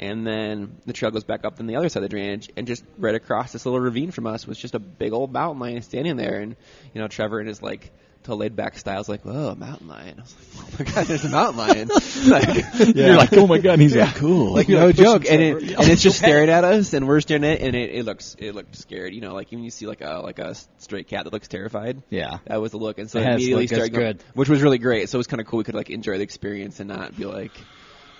S3: And then the trail goes back up on the other side of the drainage and just right across this little ravine from us was just a big old mountain lion standing there and you know, Trevor and his like till laid back style was like, Whoa, a mountain lion. I was like, Oh my god, there's a mountain lion. Like,
S1: You're like, oh my god, and he's like, cool.
S3: like
S1: You're
S3: no joke,
S1: pushing
S3: and
S1: Trevor.
S3: it, and it's just staring at us, and we're staring at it, and it, it looks it looked scared. You know, like when you see like a like a stray cat that looks terrified.
S2: Yeah.
S3: that was the look, and so
S2: It has to
S3: immediately
S2: look as
S3: started going,
S2: good.
S3: which was really great. So it was kind of cool. We could like enjoy the experience and not be like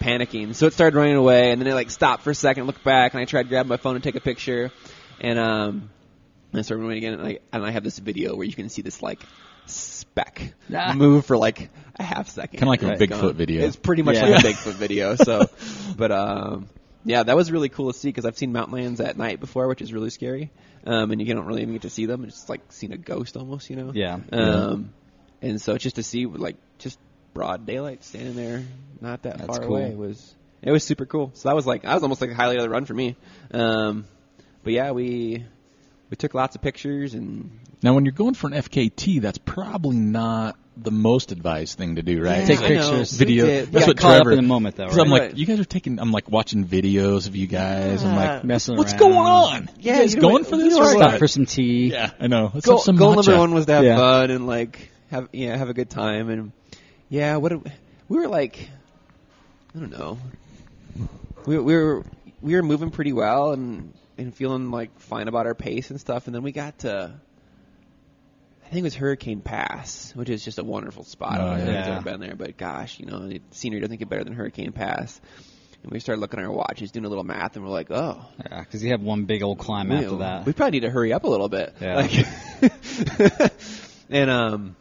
S3: panicking. So it started running away, and then it like stopped for a second, looked back, and I tried to grab my phone and take a picture, and um, and I started running again, and I and I have this video where you can see this like speck
S2: Ah.
S3: move for like a half second,
S1: Kinda like a
S3: and it's
S1: Bigfoot
S3: gone.
S1: video.
S3: It's pretty much
S2: Yeah.
S3: like a Bigfoot video. So, but um, yeah, that was really cool to see because I've seen mountain lions at night before, which is really scary. Um, and you don't really even get to see them. It's just like seeing a ghost almost, you know.
S2: Yeah.
S3: Um, and so just to see like just broad daylight standing there, not that
S2: That's
S3: far
S2: cool.
S3: away was it was super cool. So that was like that was almost like a highlight of the run for me. Um, but yeah, we we took lots of pictures and
S1: Now, when you're going for an FKT, that's probably not the most advised thing to do, right?
S3: Yeah,
S2: Take
S3: I know.
S2: pictures.
S3: We
S1: Video.
S3: did.
S1: That's
S3: Yeah,
S1: what
S2: caught up
S1: Trevor.
S2: in the moment, though,
S1: 'cause I'm
S3: right?
S1: like, you guys are taking. I'm like watching videos of you guys. I'm like,
S2: Messing
S1: what's
S2: around.
S1: going on?
S3: Yeah,
S1: you guys
S3: you know
S1: going
S3: what?
S1: for this
S3: You
S1: or
S3: know what?
S1: what?
S2: Stop for some tea.
S1: Yeah, I know. Let's
S3: goal,
S1: have some
S3: goal
S1: matcha.
S3: number one was to have
S2: Yeah.
S3: fun and like have yeah have a good time and yeah what did we, we were like I don't know we, we were we were moving pretty well and and feeling like fine about our pace and stuff and then we got to I think it was Hurricane Pass which is just a wonderful spot I don't
S1: Oh,
S3: know if
S2: yeah.
S3: anyone's ever been there but gosh you know the scenery doesn't get better than Hurricane Pass and we started looking at our watches doing a little math and we're like oh
S2: Yeah, because you have one big old climb
S3: we,
S2: after that.
S3: we probably need to hurry up a little bit.
S2: Yeah.
S3: Like, and um,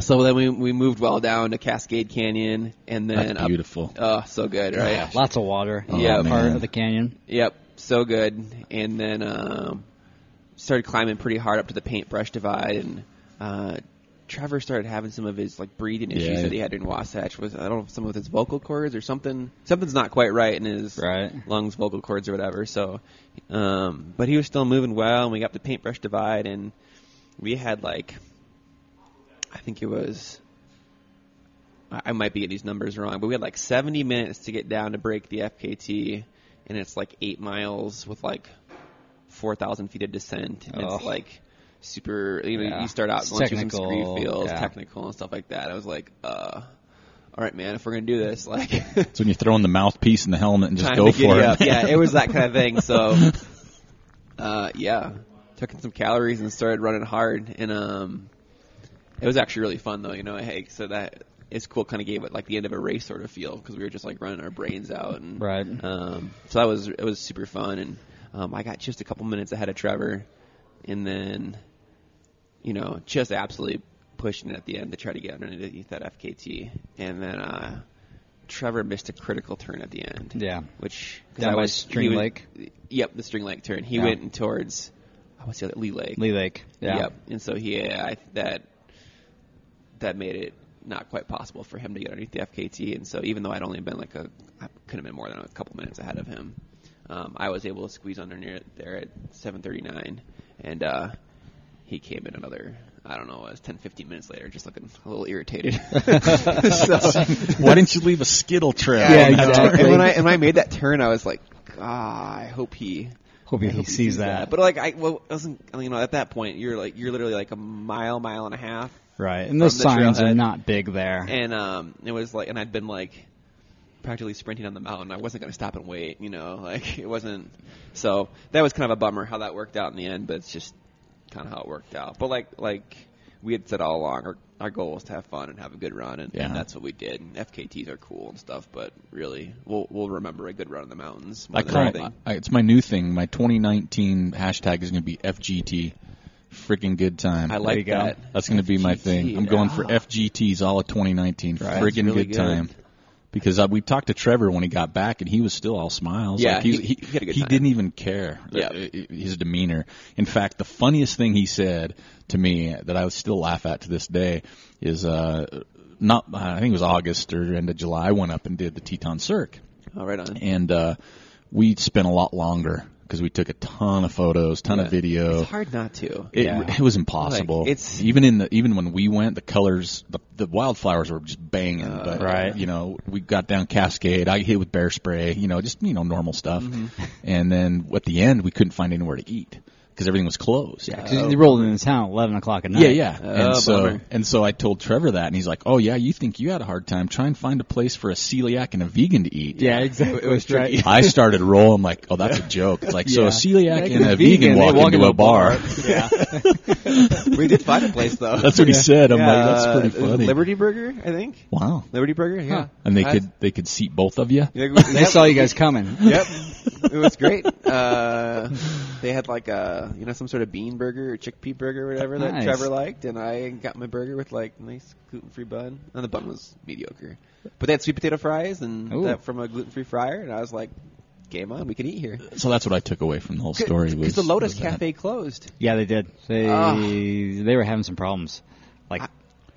S3: so then we we moved well down to Cascade Canyon, and then
S1: That's
S3: up-
S1: beautiful.
S3: oh, so good, right?
S2: Yeah, lots of water. in
S3: Yeah,
S2: that part
S1: man.
S2: of the canyon.
S3: Yep, so good. And then um, started climbing pretty hard up to the paintbrush divide, and uh, Trevor started having some of his like breathing issues
S1: Yeah.
S3: that he had in Wasatch. Was I don't know some of his vocal cords or something. Something's not quite right in his
S2: Right.
S3: lungs, vocal cords, or whatever. So, um, but he was still moving well, and we got the paintbrush divide, and we had like, I think it was. I I might be getting these numbers wrong, but we had like 70 minutes to get down to break the FKT, and it's like eight miles with like 4,000 feet of descent. And
S2: Oh.
S3: It's like super. You know,
S2: Yeah.
S3: you start out
S2: It's
S3: going through some scree
S2: technical,
S3: fields,
S2: yeah.
S3: technical and stuff like that. I was like, uh, all right, man, if we're gonna do this, like,
S1: It's when you throw in the mouthpiece and the helmet and just
S3: time
S1: go
S3: to giddy
S1: for
S3: up.
S1: it.
S3: Yeah, it was that kind of thing. So, uh, yeah, took in some calories and started running hard, and um, it was actually really fun though. You know, hey, so that is cool. Kind of gave it like the end of a race sort of feel because we were just like running our brains out and
S2: Right.
S3: Um, so that was it was super fun, and um, I got just a couple minutes ahead of Trevor, and then, you know, just absolutely pushing it at the end to try to get underneath that FKT, and then. uh Trevor missed a critical turn at the end.
S2: Yeah.
S3: Which 'cause
S2: Down
S3: I
S2: by
S3: was-
S2: String
S3: he was-
S2: Lake?
S3: Yep, the String Lake turn. He
S2: Yeah.
S3: went towards oh, what's the other Lee Lake.
S2: Lee Lake. Yeah.
S3: Yep. And so he I, that that made it not quite possible for him to get underneath the FKT. And so even though I'd only been like a I could have been more than a couple minutes ahead of him, um, I was able to squeeze under near there at 7:39, and uh, he came in another. I don't know, it was 10, 15 minutes later, just looking a little irritated. so,
S1: Why didn't you leave a skittle trail?
S2: Yeah,
S1: on that
S2: exactly.
S1: turn?
S3: and when I and when I made that turn, I was like, ah, I hope he
S2: Hope he,
S3: I hope
S2: sees, that.
S3: But like, I well, it wasn't you know at that point you're like you're literally like a mile, mile and a half,
S2: right. And those
S3: the
S2: signs are
S3: trailhead.
S2: not big there.
S3: and um, it was like, and I'd been like practically sprinting on the mountain. I wasn't going to stop and wait, you know, like it wasn't. So that was kind of a bummer how that worked out in the end, but it's just kind of how it worked out. But like, like we had said all along, our, our goal was to have fun and have a good run, and,
S1: Yeah.
S3: and that's what we did. And FKTs are cool and stuff, but really, we'll we'll remember a good run in the mountains. More
S1: I
S3: than
S1: call it,
S3: anything.
S1: I- it's my new thing. My 2019 hashtag is going to be FGT. Freaking good time.
S3: I like There you go. that.
S1: That's going to be my
S3: FGT,
S1: thing. I'm going for
S3: yeah.
S1: FGTs all of 2019. Friggin'
S2: Right.
S3: Ah. Really
S1: good,
S3: good.
S1: time. Because uh, we talked to Trevor when he got back, and he was still all smiles.
S3: Yeah,
S1: Like, he's-
S3: he-
S1: he,
S3: he had a good
S1: he
S3: time.
S1: didn't even care.
S3: Yeah.
S1: uh, uh, his demeanor. In fact, the funniest thing he said to me that I would still laugh at to this day is uh, not. I think it was August or end of July. I went up and did the Teton Cirque
S3: Oh, right on.
S1: and uh, we spent a lot longer because we took a ton of photos, ton of
S3: Yeah.
S1: video.
S3: It's hard not to.
S1: It,
S2: Yeah.
S1: it was impossible.
S3: Like, it's-
S1: even in the even when we went, the colors, the, the wildflowers were just banging.
S3: Uh,
S1: but
S2: Right.
S1: you know, we got down Cascade. I hit with bear spray. You know, just you know normal stuff.
S3: Mm-hmm.
S1: And then at the end, we couldn't find anywhere to eat because everything was closed.
S2: Yeah, 'cause they rolled into town eleven o'clock at night.
S1: Yeah, yeah. and
S3: Oh,
S1: so
S3: bummer.
S1: and so I told Trevor that, and he's like, "Oh yeah, you think you had a hard time? Try and find a place for a celiac and a vegan to eat."
S2: Yeah, exactly.
S3: It was tricky.
S2: Right.
S1: I started rolling like, oh, that's a joke. It's like, so a
S2: Yeah.
S1: celiac
S2: Like
S1: and
S2: a
S1: a vegan,
S2: vegan,
S1: walk,
S2: they walk
S1: into,
S2: into
S1: a
S2: a bar.
S1: bar.
S3: we did find a place though.
S1: that's what he said. I'm
S3: Yeah,
S1: like, that's
S3: uh, it
S1: pretty
S3: was
S1: funny.
S3: Liberty Burger, I think.
S1: Wow.
S3: Liberty Burger, yeah.
S1: And they
S3: I-
S1: could they could seat both of you.
S3: Yeah,
S2: They
S3: yep.
S2: saw you guys coming.
S3: Yep, it was great. Uh, they had like a you know some sort of bean burger or chickpea burger or whatever that
S2: Nice.
S3: Trevor liked, and I got my burger with like nice gluten free bun, and the bun was mediocre. But they had sweet potato fries and
S2: Ooh.
S3: that from a gluten free fryer, and I was like, game on, we can eat here.
S1: So that's what I took away from the whole story.
S3: because
S1: Was
S3: the Lotus
S1: was that.
S3: Cafe closed.
S2: Yeah, they did. They
S3: Ah.
S2: they were having some problems, like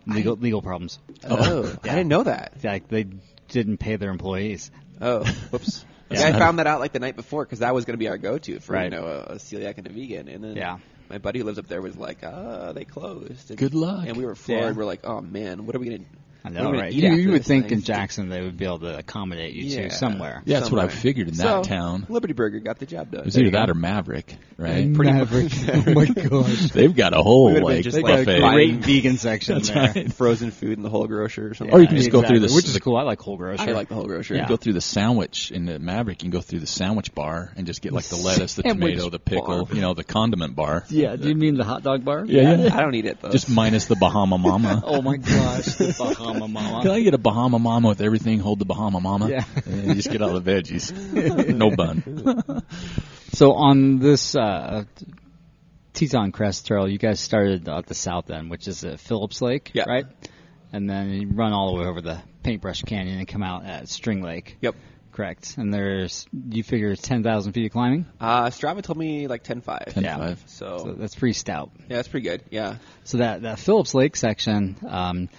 S2: legal legal problems.
S3: Oh, I didn't know that.
S2: Like they didn't pay their employees.
S3: Oh, whoops.
S1: That's
S3: yeah, I
S1: not-
S3: found that out like the night before because that was going to be our go-to for
S2: Right.
S3: you know a, a celiac and a vegan, and then
S2: Yeah.
S3: my buddy who lives up there was like, "Ah, they closed." And,
S1: Good luck.
S3: And we were floored.
S2: Yeah.
S3: We're like, "Oh man, what are we going to?"
S2: I
S3: what are
S2: know,
S3: we gonna
S2: right?
S3: eat
S2: You,
S3: after
S2: you would
S3: this
S2: think
S3: thing?
S2: in Jackson they would be able to accommodate you
S3: Yeah.
S2: to somewhere.
S1: Yeah, that's what I
S3: Somewhere.
S1: figured in that
S3: So,
S1: town.
S3: Liberty Burger got the job done.
S1: It was either that or Maverick, right?
S2: Pretty much. oh my gosh,
S1: They've got a whole
S3: We would've been
S1: like
S3: just
S2: they
S1: buffet.
S2: got a
S3: Buffet.
S2: great vegan section
S1: That's
S2: there.
S1: right.
S3: frozen food in the whole grocer or something.
S1: Or you can just go
S2: Exactly,
S1: through this-
S2: which is cool. I like whole grocery.
S3: I like the whole grocer.
S1: You go through the sandwich in the Maverick. You can go through the sandwich bar and just get like the lettuce, the
S2: Sandwich
S1: tomato, the pickle,
S3: bar.
S1: you know, the condiment bar.
S2: Yeah, do you mean the hot dog bar?
S1: Yeah, yeah.
S3: I don't eat it though.
S1: Just minus the Bahama Mama.
S2: Oh my gosh, the Bahama
S1: Can
S2: Mama.
S1: I get a Bahama Mama with everything? Hold the Bahama Mama.
S2: Yeah.
S1: And you just get all the veggies. no bun.
S2: So on this uh, Teton Crest Trail, you guys started at the south end, which is at Phillips Lake,
S3: Yeah.
S2: right? And then you run all the way over the Paintbrush Canyon and come out at String Lake.
S3: yep.
S2: Correct. And there's you figure ten thousand feet of climbing.
S3: Uh, Strava told me like 10.5.
S1: Yeah. Five.
S3: So,
S2: So that's pretty stout.
S3: yeah, that's pretty good. Yeah.
S2: So that that Phillips Lake section, um,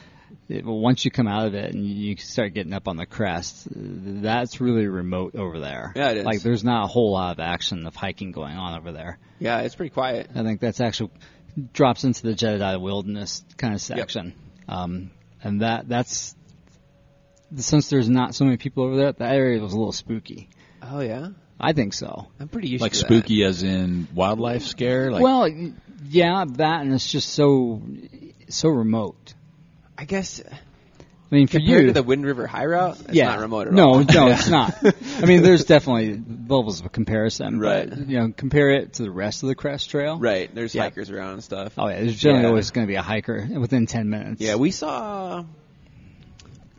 S2: it, well, once you come out of it and you start getting up on the crest, that's really remote over there.
S3: Yeah, it is.
S2: Like there's not a whole lot of action of hiking going on over there.
S3: Yeah, it's pretty quiet.
S2: I think that's actually drops into the Jedediah Wilderness kind of section, um, and that that's since there's not so many people over there, that area was a little spooky.
S3: Oh yeah.
S2: I think so.
S3: I'm pretty used
S1: Like
S3: to that.
S1: spooky as in wildlife scare? Like,
S2: well, yeah, that and it's just so so remote.
S3: I guess
S2: I mean, for
S3: compared
S2: you,
S3: to the Wind River High Route, it's
S2: yeah,
S3: not remote at
S2: no,
S3: all.
S2: no, it's not. I mean, there's definitely levels of comparison, but,
S3: Right.
S2: You know, compare it to the rest of the Crest Trail,
S3: Right. There's
S2: Yeah.
S3: hikers around and stuff.
S2: Oh yeah, there's generally
S3: Yeah.
S2: always going to be a hiker within ten minutes.
S3: Yeah, we saw.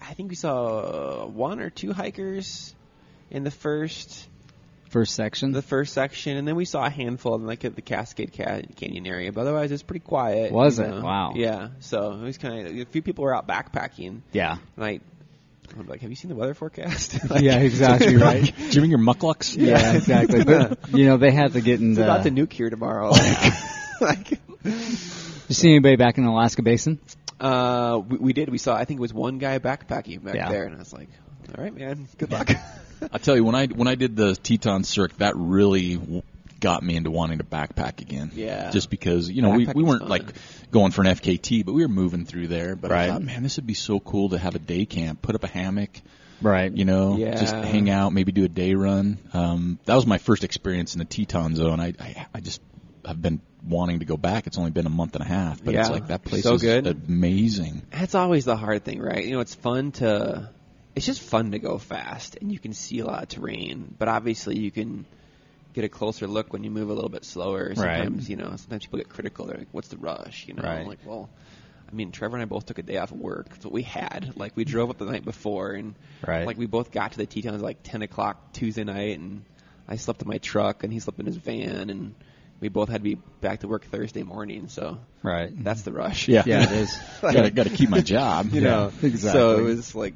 S3: I think we saw one or two hikers in the first
S2: first section.
S3: the first section, and then we saw a handful in like the Cascade Ca- Canyon area. But otherwise, it's pretty quiet.
S2: Was
S3: you
S2: it?
S3: know?
S2: Wow.
S3: Yeah. So it was kind of a few people were out backpacking.
S2: yeah,
S3: And I, I'm like, have you seen the weather forecast? Like,
S2: yeah, exactly right.
S1: do you mean your mucklucks?
S2: Yeah, exactly. But you know, they had to get in
S3: It's about to
S2: the.
S3: nuke here tomorrow. Like, like,
S2: You see anybody back in the Alaska Basin?
S3: uh, we, we did. We saw. I think it was one guy backpacking back
S2: Yeah.
S3: there, and I was like, all right, man, good luck.
S1: I'll tell you, when I when I did the Teton Cirque, that really w- got me into wanting to backpack again.
S3: Yeah.
S1: Just because you know we, we
S3: Backpacking's
S1: weren't
S3: fun.
S1: like going for an FKT, but we were moving through there. But I
S2: Right.
S1: thought, man, this would be so cool to have a day camp, put up a hammock,
S2: Right.
S1: you know, just
S3: Yeah.
S1: hang out, maybe do a day run. Um, that was my first experience in the Teton Zone. I I, I just have been wanting to go back. It's only been a month and a half, but it's
S3: Yeah.
S1: like that place
S3: So
S1: is
S3: good.
S1: amazing.
S3: That's always the hard thing, right? You know, it's fun to. It's just fun to go fast, and you can see a lot of terrain. But obviously, you can get a closer look when you move a little bit slower. Sometimes, you know, sometimes people get critical. They're like, "What's the rush?" You know, I'm
S2: Right.
S3: like, well, I mean, Trevor and I both took a day off of work. That's what we had. Like, we drove up the night before, and
S2: Right.
S3: like we both got to the Tetons like 10 o'clock Tuesday night, and I slept in my truck, and he slept in his van, and we both had to be back to work Thursday morning. So
S2: Right.
S3: that's the rush.
S1: Yeah.
S2: Mm-hmm. yeah, it is.
S1: got to got to keep my job.
S3: you
S1: Yeah.
S3: know.
S2: exactly.
S3: So it was like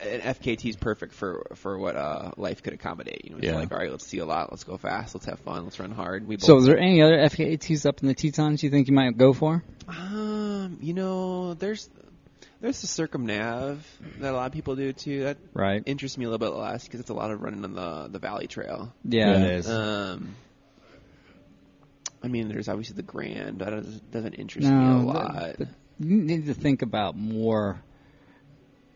S3: an FKT is perfect for for what uh, life could accommodate. You know, it's
S1: Yeah.
S3: like all right, let's see a lot, let's go fast, let's have fun, let's run hard. We both,
S2: So, is there any other FKATs up in the Tetons you think you might go for?
S3: um, you know, there's there's the circumnav that a lot of people do too. That
S2: Right.
S3: interests me a little bit less because it's a lot of running on the the valley trail.
S2: Yeah,
S1: Yeah.
S2: it is.
S3: Um. I mean, there's obviously the Grand. That doesn't- doesn't interest
S2: no,
S3: me
S2: but-
S3: a lot.
S2: but you need to think about more.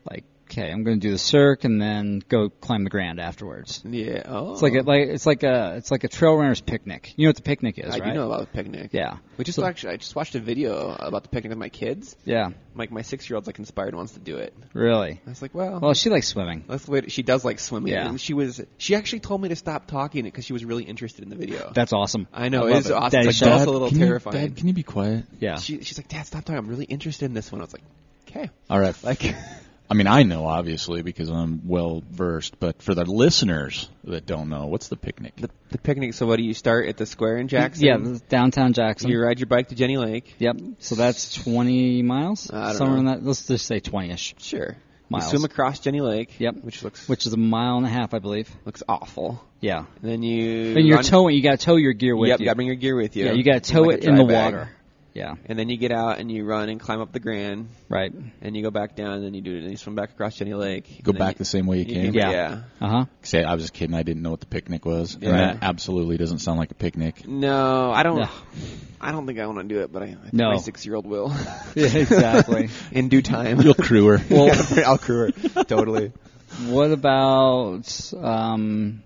S2: Like, okay, I'm going to do the Cirque and then go climb the Grand afterwards.
S3: yeah. Oh.
S2: It's like a, like it's like a it's like a trail runner's picnic. You know what the picnic is,
S3: I
S2: right?
S3: do know about the picnic.
S2: Yeah.
S3: We just actually, I just watched a video about the picnic with my kids.
S2: Yeah,
S3: Like my six year old's like inspired wants to do it.
S2: really.
S3: I was like, well,
S2: Well, she likes swimming.
S3: that's the way she does like swimming.
S2: Yeah.
S3: And she was she actually told me to stop talking it because she was really interested in the video.
S2: That's awesome.
S3: I know
S2: I
S3: it
S2: love
S3: is
S2: it.
S3: awesome.
S2: Daddy
S3: It's like,
S2: shot.
S3: that's a little
S1: can you-
S3: terrifying.
S1: Dad, can you be quiet?
S2: Yeah.
S3: She, she's like, Dad, stop talking. I'm really interested in this one. I was like, okay.
S1: All right.
S3: Like,
S1: I mean, I know obviously because I'm well versed, but for the listeners that don't know, what's the picnic?
S3: the, the picnic. So what do you start at the square in Jackson?
S2: yeah, this is downtown Jackson.
S3: you ride your bike to Jenny Lake.
S2: Yep. So that's 20 miles.
S3: I don't
S2: Somewhere
S3: know.
S2: in that. Let's just say 20ish.
S3: Sure.
S2: Miles.
S3: You swim across Jenny Lake.
S2: Yep.
S3: Which looks
S2: Which is a mile and a half, I believe.
S3: looks awful.
S2: Yeah.
S3: And then you
S2: And you're
S3: run-
S2: towing. You got to tow your gear with
S3: yep,
S2: you.
S3: gotta bring your gear with you.
S2: yeah, you got to tow
S3: Like
S2: it
S3: a
S2: in
S3: dry
S2: the
S3: bag.
S2: water. Yeah.
S3: And then you get out and you run and climb up the Grand,
S2: Right.
S3: and you go back down, and then you do it, and you swim back across Jenny Lake.
S1: Go
S3: and then
S1: back
S3: you-
S1: the same way you came.
S2: Yeah.
S3: yeah.
S2: Uh huh.
S1: Say, I was just kidding. I didn't know what the picnic was.
S3: Yeah.
S1: And that absolutely doesn't sound like a picnic.
S3: No, I don't.
S2: Yeah.
S3: I don't think I want to do it, but I, I think
S2: No.
S3: my six-year-old will
S2: Yeah, exactly.
S3: in due time.
S1: You'll crew her.
S2: Well,
S3: I'll crew her totally.
S2: what about um,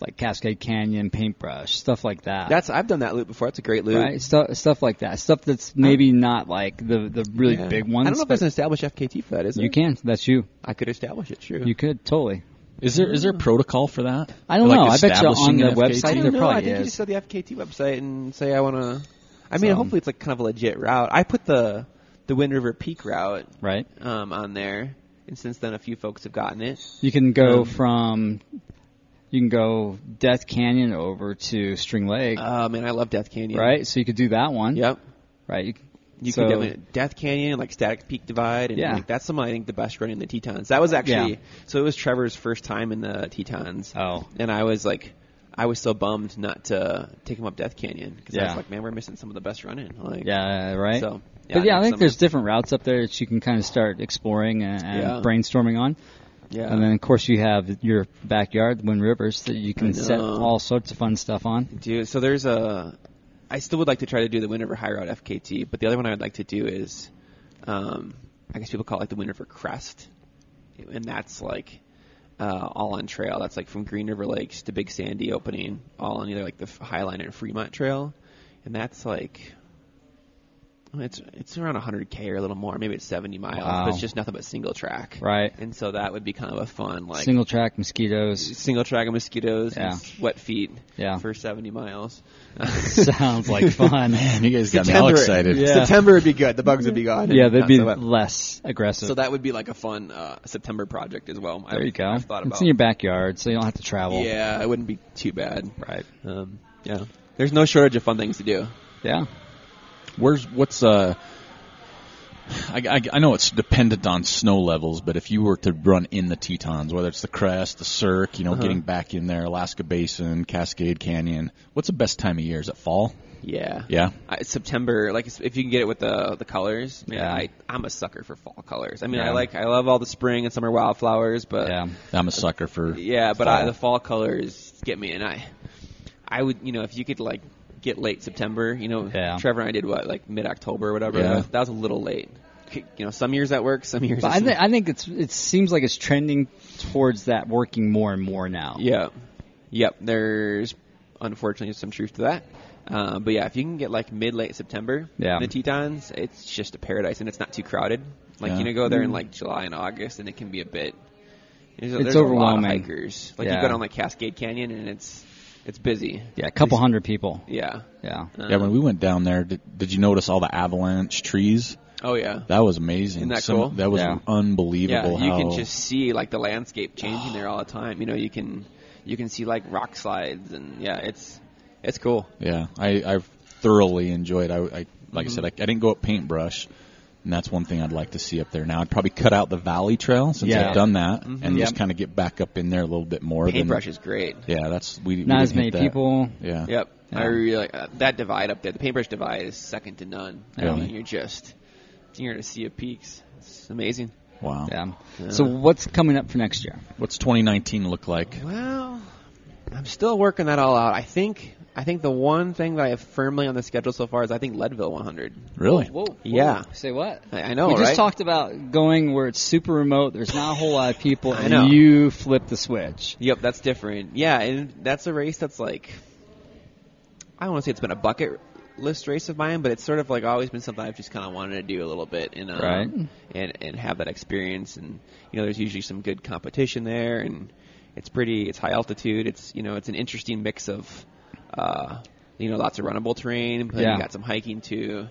S2: like Cascade Canyon, paintbrush, stuff like that?
S3: That's I've done that loop before. That's a great loop.
S2: right. Stuff stuff like that. Stuff that's maybe not like the the really
S3: Yeah.
S2: big ones.
S3: I don't know if
S2: but
S3: there's an established FKT for that, is
S2: you
S3: there?
S2: can. That's you.
S3: I could establish it. Sure.
S2: You could totally.
S1: Is there is there protocol for that?
S2: I don't
S1: Like
S2: know. I bet you
S1: establishing
S2: on
S1: an
S2: the
S1: FKT?
S3: I
S2: website-
S3: don't
S2: There
S3: know.
S2: probably
S3: I think you
S2: is.
S3: just go to the FKT website and say I want to. I mean,
S2: So-
S3: hopefully it's like kind of a legit route. I put the the Wind River Peak route
S2: Right.
S3: um, on there, and since then a few folks have gotten it.
S2: You can go
S3: Um,
S2: from you can go Death Canyon over to String Lake,
S3: Um, and I love Death Canyon.
S2: right? So you could do that one.
S3: Yep.
S2: Right. You, can-
S3: You
S2: so,
S3: can definitely Death Canyon, like Static Peak Divide, and
S2: Yeah.
S3: like that's some I think the best run in the Tetons. That was actually
S2: Yeah.
S3: so it was Trevor's first time in the Tetons.
S2: Oh.
S3: and I was like, I was so bummed not to take him up Death Canyon because I
S2: Yeah.
S3: was like, man, we're missing some of the best running. Like,
S2: Yeah, right.
S3: So, yeah,
S2: but yeah, I think
S3: some-
S2: there's different routes up there that you can kind of start exploring and, and
S3: Yeah.
S2: brainstorming on.
S3: yeah,
S2: And then, of course, you have your backyard, Wind Rivers, that you can set
S3: know.
S2: all sorts of fun stuff on.
S3: Dude, so there's a. I still would like to try to do the Wind River High Route FKT, but the other one I would like to do is, um, I guess people call it like the Wind River Crest, and that's like uh, all on trail. That's like from Green River Lakes to Big Sandy Opening, all on either like the Highline and Fremont Trail, and that's like. It's it's around 100k or a little more, maybe it's 70 miles,
S2: Wow.
S3: but it's just nothing but single track.
S2: Right.
S3: And so that would be kind of a fun like
S2: Single track mosquitoes.
S3: single track of mosquitoes
S2: Yeah.
S3: and wet feet
S2: Yeah.
S3: for 70 miles.
S2: Sounds like fun.
S1: Man, you guys got me all excited.
S2: Yeah.
S3: September would be good. The bugs would be gone.
S2: yeah, they'd
S3: Not
S2: be
S3: so wet.
S2: less aggressive.
S3: So that would be like a fun uh, September project as well.
S2: there
S3: I've,
S2: you go.
S3: I've thought about.
S2: It's in your backyard, so you don't have to travel.
S3: yeah, it wouldn't be too bad.
S2: Right.
S3: Um, yeah. There's no shortage of fun things to do.
S2: Yeah.
S1: Where's what's uh I, I, I know it's dependent on snow levels, but if you were to run in the Tetons, whether it's the Crest, the Cirque, you
S3: Uh-huh.
S1: know, getting back in there, Alaska Basin, Cascade Canyon, what's the best time of year? Is it fall?
S3: Yeah.
S1: Yeah.
S3: I, September, like it's- if you can get it with the the colors. Man, I I'm a sucker for fall colors. I mean, I
S1: Yeah.
S3: like I love all the spring and summer wildflowers, but
S2: Yeah.
S1: I'm a sucker for.
S3: yeah, but I,
S1: fall.
S3: the fall colors get me, and I I would you know if you could like get late September, you know,
S2: Yeah.
S3: Trevor and I did what like mid October or whatever.
S1: Yeah.
S3: That was a little late. You know, some years that works, some years.
S2: But I,
S3: it's
S2: th- I think it's it seems like it's trending towards that working more and more now.
S3: Yeah. Yep. There's unfortunately some truth to that. Uh, but yeah, if you can get like mid late September
S2: Yeah.
S3: in the Tetons, it's just a paradise and it's not too crowded. Like
S1: Yeah.
S3: you know, go there in like July and August, and it can be a bit. There's,
S2: Mm. It's
S3: there's A
S2: overwhelming.
S3: lot of hikers. Like you
S2: Yeah.
S3: go down like Cascade Canyon, and it's it's busy.
S2: Yeah, a couple hundred people.
S3: Yeah.
S2: Yeah.
S3: uh,
S1: Yeah, when we went down there, did, did you notice all the avalanche trees?
S3: Oh yeah.
S1: That was amazing.
S3: Isn't that
S1: Some-
S3: cool?
S1: That was
S2: Yeah.
S1: unbelievable.
S3: Yeah, you
S1: how,
S3: can just see like the landscape changing there all the time. You know, you can you can see like rock slides and yeah, it's it's cool.
S1: Yeah, I, I thoroughly enjoyed. I, I like
S2: Mm-hmm.
S1: I said, I, I didn't go up paintbrush, and that's one thing I'd like to see up there. Now I'd probably cut out the valley trail since
S2: Yeah. Mm-hmm.
S1: I've done that, and just
S2: Yep.
S1: kind of get back up in there a little bit more. than-
S3: Paintbrush is great.
S1: Yeah, that's we. we
S2: Not
S1: didn't
S2: as
S1: hit
S2: many
S1: that.
S2: people.
S1: Yeah.
S3: Yep.
S2: Yeah.
S3: I really like uh, that divide up there. The paintbrush divide is second to none. I
S1: Really?
S3: mean, you're just you're in a sea of peaks. It's amazing.
S1: Wow.
S2: Yeah. So what's coming up for next year?
S1: What's 2019 look like?
S3: Well, I'm still working that all out. I think I think the one thing that I have firmly on the schedule so far is I think Leadville 100.
S1: Really?
S3: Yeah.
S2: Say what?
S3: I, I know,
S2: we just
S3: right?
S2: talked about going where it's super remote. There's not a whole lot of people,
S3: I
S2: and
S3: know.
S2: you flip the switch.
S3: Yep, that's different. Yeah, and that's a race that's like I don't want to say it's been a bucket list race of mine, but it's sort of like always been something I've just kind of wanted to do a little bit and um,
S2: Right.
S3: and and have that experience. And you know, there's usually some good competition there, and it's pretty. It's high altitude. It's you know, it's an interesting mix of uh, you know, lots of runnable terrain, but
S2: Yeah.
S3: you got some hiking too.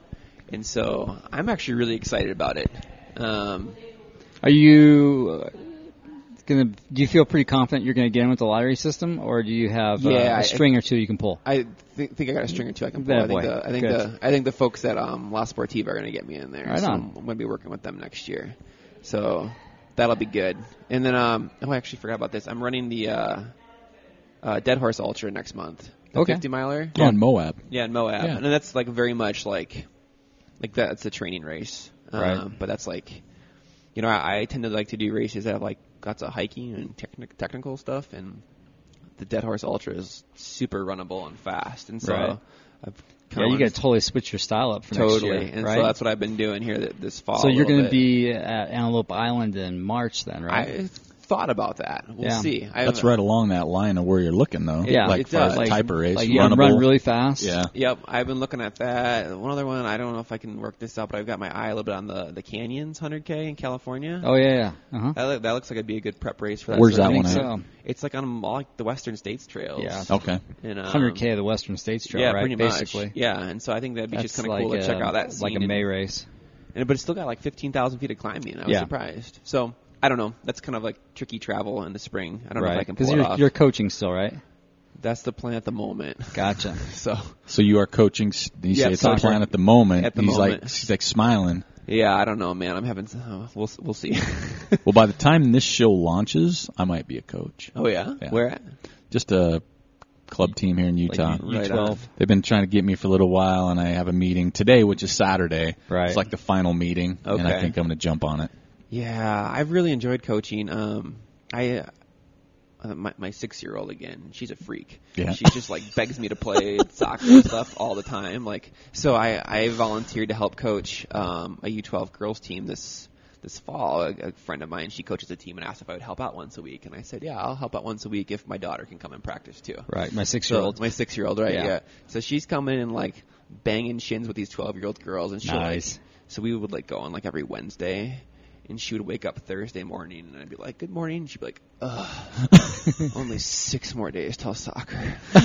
S3: And so I'm actually really excited about it. Um,
S2: Are you uh, gonna? Do you feel pretty confident you're gonna get in with the lottery system, or do you have uh,
S3: Yeah, I-
S2: a string or two you can pull?
S3: I th- think I got a string or two I can pull.
S2: That
S3: I think,
S2: boy.
S3: the, I, think
S2: Good.
S3: the, I think the folks at um, La Sportiva are going to get me in there.
S2: Right
S3: so
S2: on.
S3: I'm going to be working with them next year. So that'll be good. And then, um, oh, I actually forgot about this. I'm running the uh, uh, Dead Horse Ultra next month. The
S2: Okay.
S3: 50 miler.
S1: Yeah. On Moab.
S3: Yeah, in Moab.
S1: Yeah.
S3: And that's like very much like like that's a training race.
S2: Right.
S3: Um, but that's like you know, I, I tend to like to do races that have like lots of hiking and technic technical stuff and the Dead Horse Ultra is super runnable and fast. And so
S2: Right.
S3: I've
S2: Yeah,
S3: kinda
S2: you
S3: wanted
S2: gotta totally switch your style up for
S3: to- totally
S2: next year,
S3: and
S2: right?
S3: so that's what I've been doing here th- this fall.
S2: So
S3: a
S2: you're
S3: little
S2: gonna
S3: bit.
S2: be at Antelope Island in March, then, right?
S3: I thought about that. We'll
S2: Yeah.
S3: see. I
S1: That's
S3: haven't-
S1: right along that line of where you're looking, though.
S2: Yeah,
S1: like
S3: it
S1: far
S3: does.
S1: as
S3: Like-
S1: type of race,
S2: like you
S1: runnable.
S2: can run really fast.
S1: Yeah.
S3: Yep, I've been looking at that. One other one, I don't know if I can work this out, but I've got my eye a little bit on the the Canyons 100K in California.
S2: Oh yeah. yeah. Uh huh.
S3: That, look, that looks like it'd be a good prep race for that.
S1: Where's
S3: sort
S1: that
S3: of
S1: one
S3: thing. um,
S1: at?
S2: So,
S3: It's like on all, like, the Western States trails.
S2: Yeah.
S1: Okay.
S3: And, um,
S2: 100k of the Western States Trail,
S3: Yeah,
S2: right?
S3: pretty
S2: Basically.
S3: much. Yeah, and so I think that'd be just
S2: That's
S3: kind of cool
S2: like
S3: to check
S2: a-
S3: out that.
S2: like a
S3: scene and-
S2: May race.
S3: and- but it's still got like 15,000 feet of climbing. I was
S2: Yeah.
S3: surprised. So I don't know. That's kind of like tricky travel in the spring. I don't know if I
S2: Right.
S3: can
S2: Because
S3: pull it
S2: you're,
S3: off.
S2: you're coaching still, right?
S3: That's the plan at the moment.
S2: Gotcha.
S3: so
S1: So you are coaching. s- You
S3: Yeah,
S1: say it's
S3: so
S1: our
S3: I'm-
S1: plan at the moment.
S3: at the
S1: he's
S3: moment.
S1: like, he's like smiling.
S3: yeah, I don't know, man. I'm having. Some, uh, we'll s- we'll see.
S1: Well, by the time this show launches, I might be a coach.
S3: oh yeah?
S1: Yeah.
S3: Where at?
S1: Just a club team here in Utah.
S3: U- Right
S2: U12.
S3: on.
S1: They've been trying to get me for a little while, and I have a meeting today, which is Saturday.
S2: Right.
S1: It's like the final meeting, and I
S3: Okay.
S1: think I'm going to jump on it.
S3: Yeah, I've really enjoyed coaching. Um, I uh, my, my six year old again. She's a freak.
S1: Yeah.
S3: She just like begs me to play soccer and stuff all the time. Like, so I I volunteered to help coach um, a U twelve girls team this this fall. A, a friend of mine, she coaches a team, and asked if I would help out once a week, and I said, yeah, I'll help out once a week if my daughter can come and practice too.
S2: Right. My
S3: So
S2: six-year-old.
S3: my six year old, right?
S2: Yeah.
S3: Yeah. So she's coming and like banging shins with these twelve year old girls, and she
S2: Nice.
S3: like, so we would like go on like every Wednesday, and she would wake up Thursday morning, and I'd be like, "Good morning," and she'd be like, "Ugh, only six more days till soccer." oh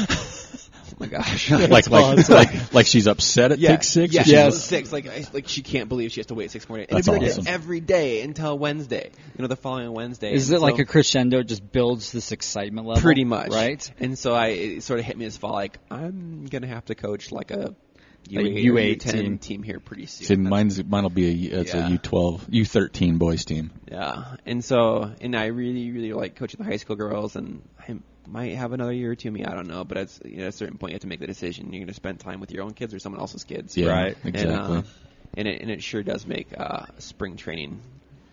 S3: my gosh!
S1: Like, like, like, like she's upset it
S3: Yeah,
S1: takes six. or
S3: Yeah,
S1: she's
S3: yeah,
S1: just-
S3: six. Like, I, like she can't believe she has to wait six more days.
S1: That's
S3: and it'd be like
S1: awesome.
S3: this every day until Wednesday. You know, the following Wednesday.
S2: Is
S3: And
S2: it like
S3: so-
S2: a crescendo? It just builds this excitement level.
S3: Pretty much,
S2: Right.
S3: And so I it sort of hit me as fall like I'm gonna have to coach like a U
S2: A
S3: eight
S2: U
S3: or
S2: eight
S3: U10
S2: team.
S3: here pretty soon.
S1: See, mine's mine'll be a it's
S3: Yeah.
S1: a U twelve U thirteen boys team.
S3: Yeah, and so and I really really like coaching the high school girls, and I might have another year or two. in Me, I don't know, but at, s- you know, at a certain point you have to make the decision. You're going to spend time with your own kids or someone else's kids.
S1: Yeah,
S4: Right.
S1: Exactly.
S3: And, uh, and it and it sure does make uh, spring training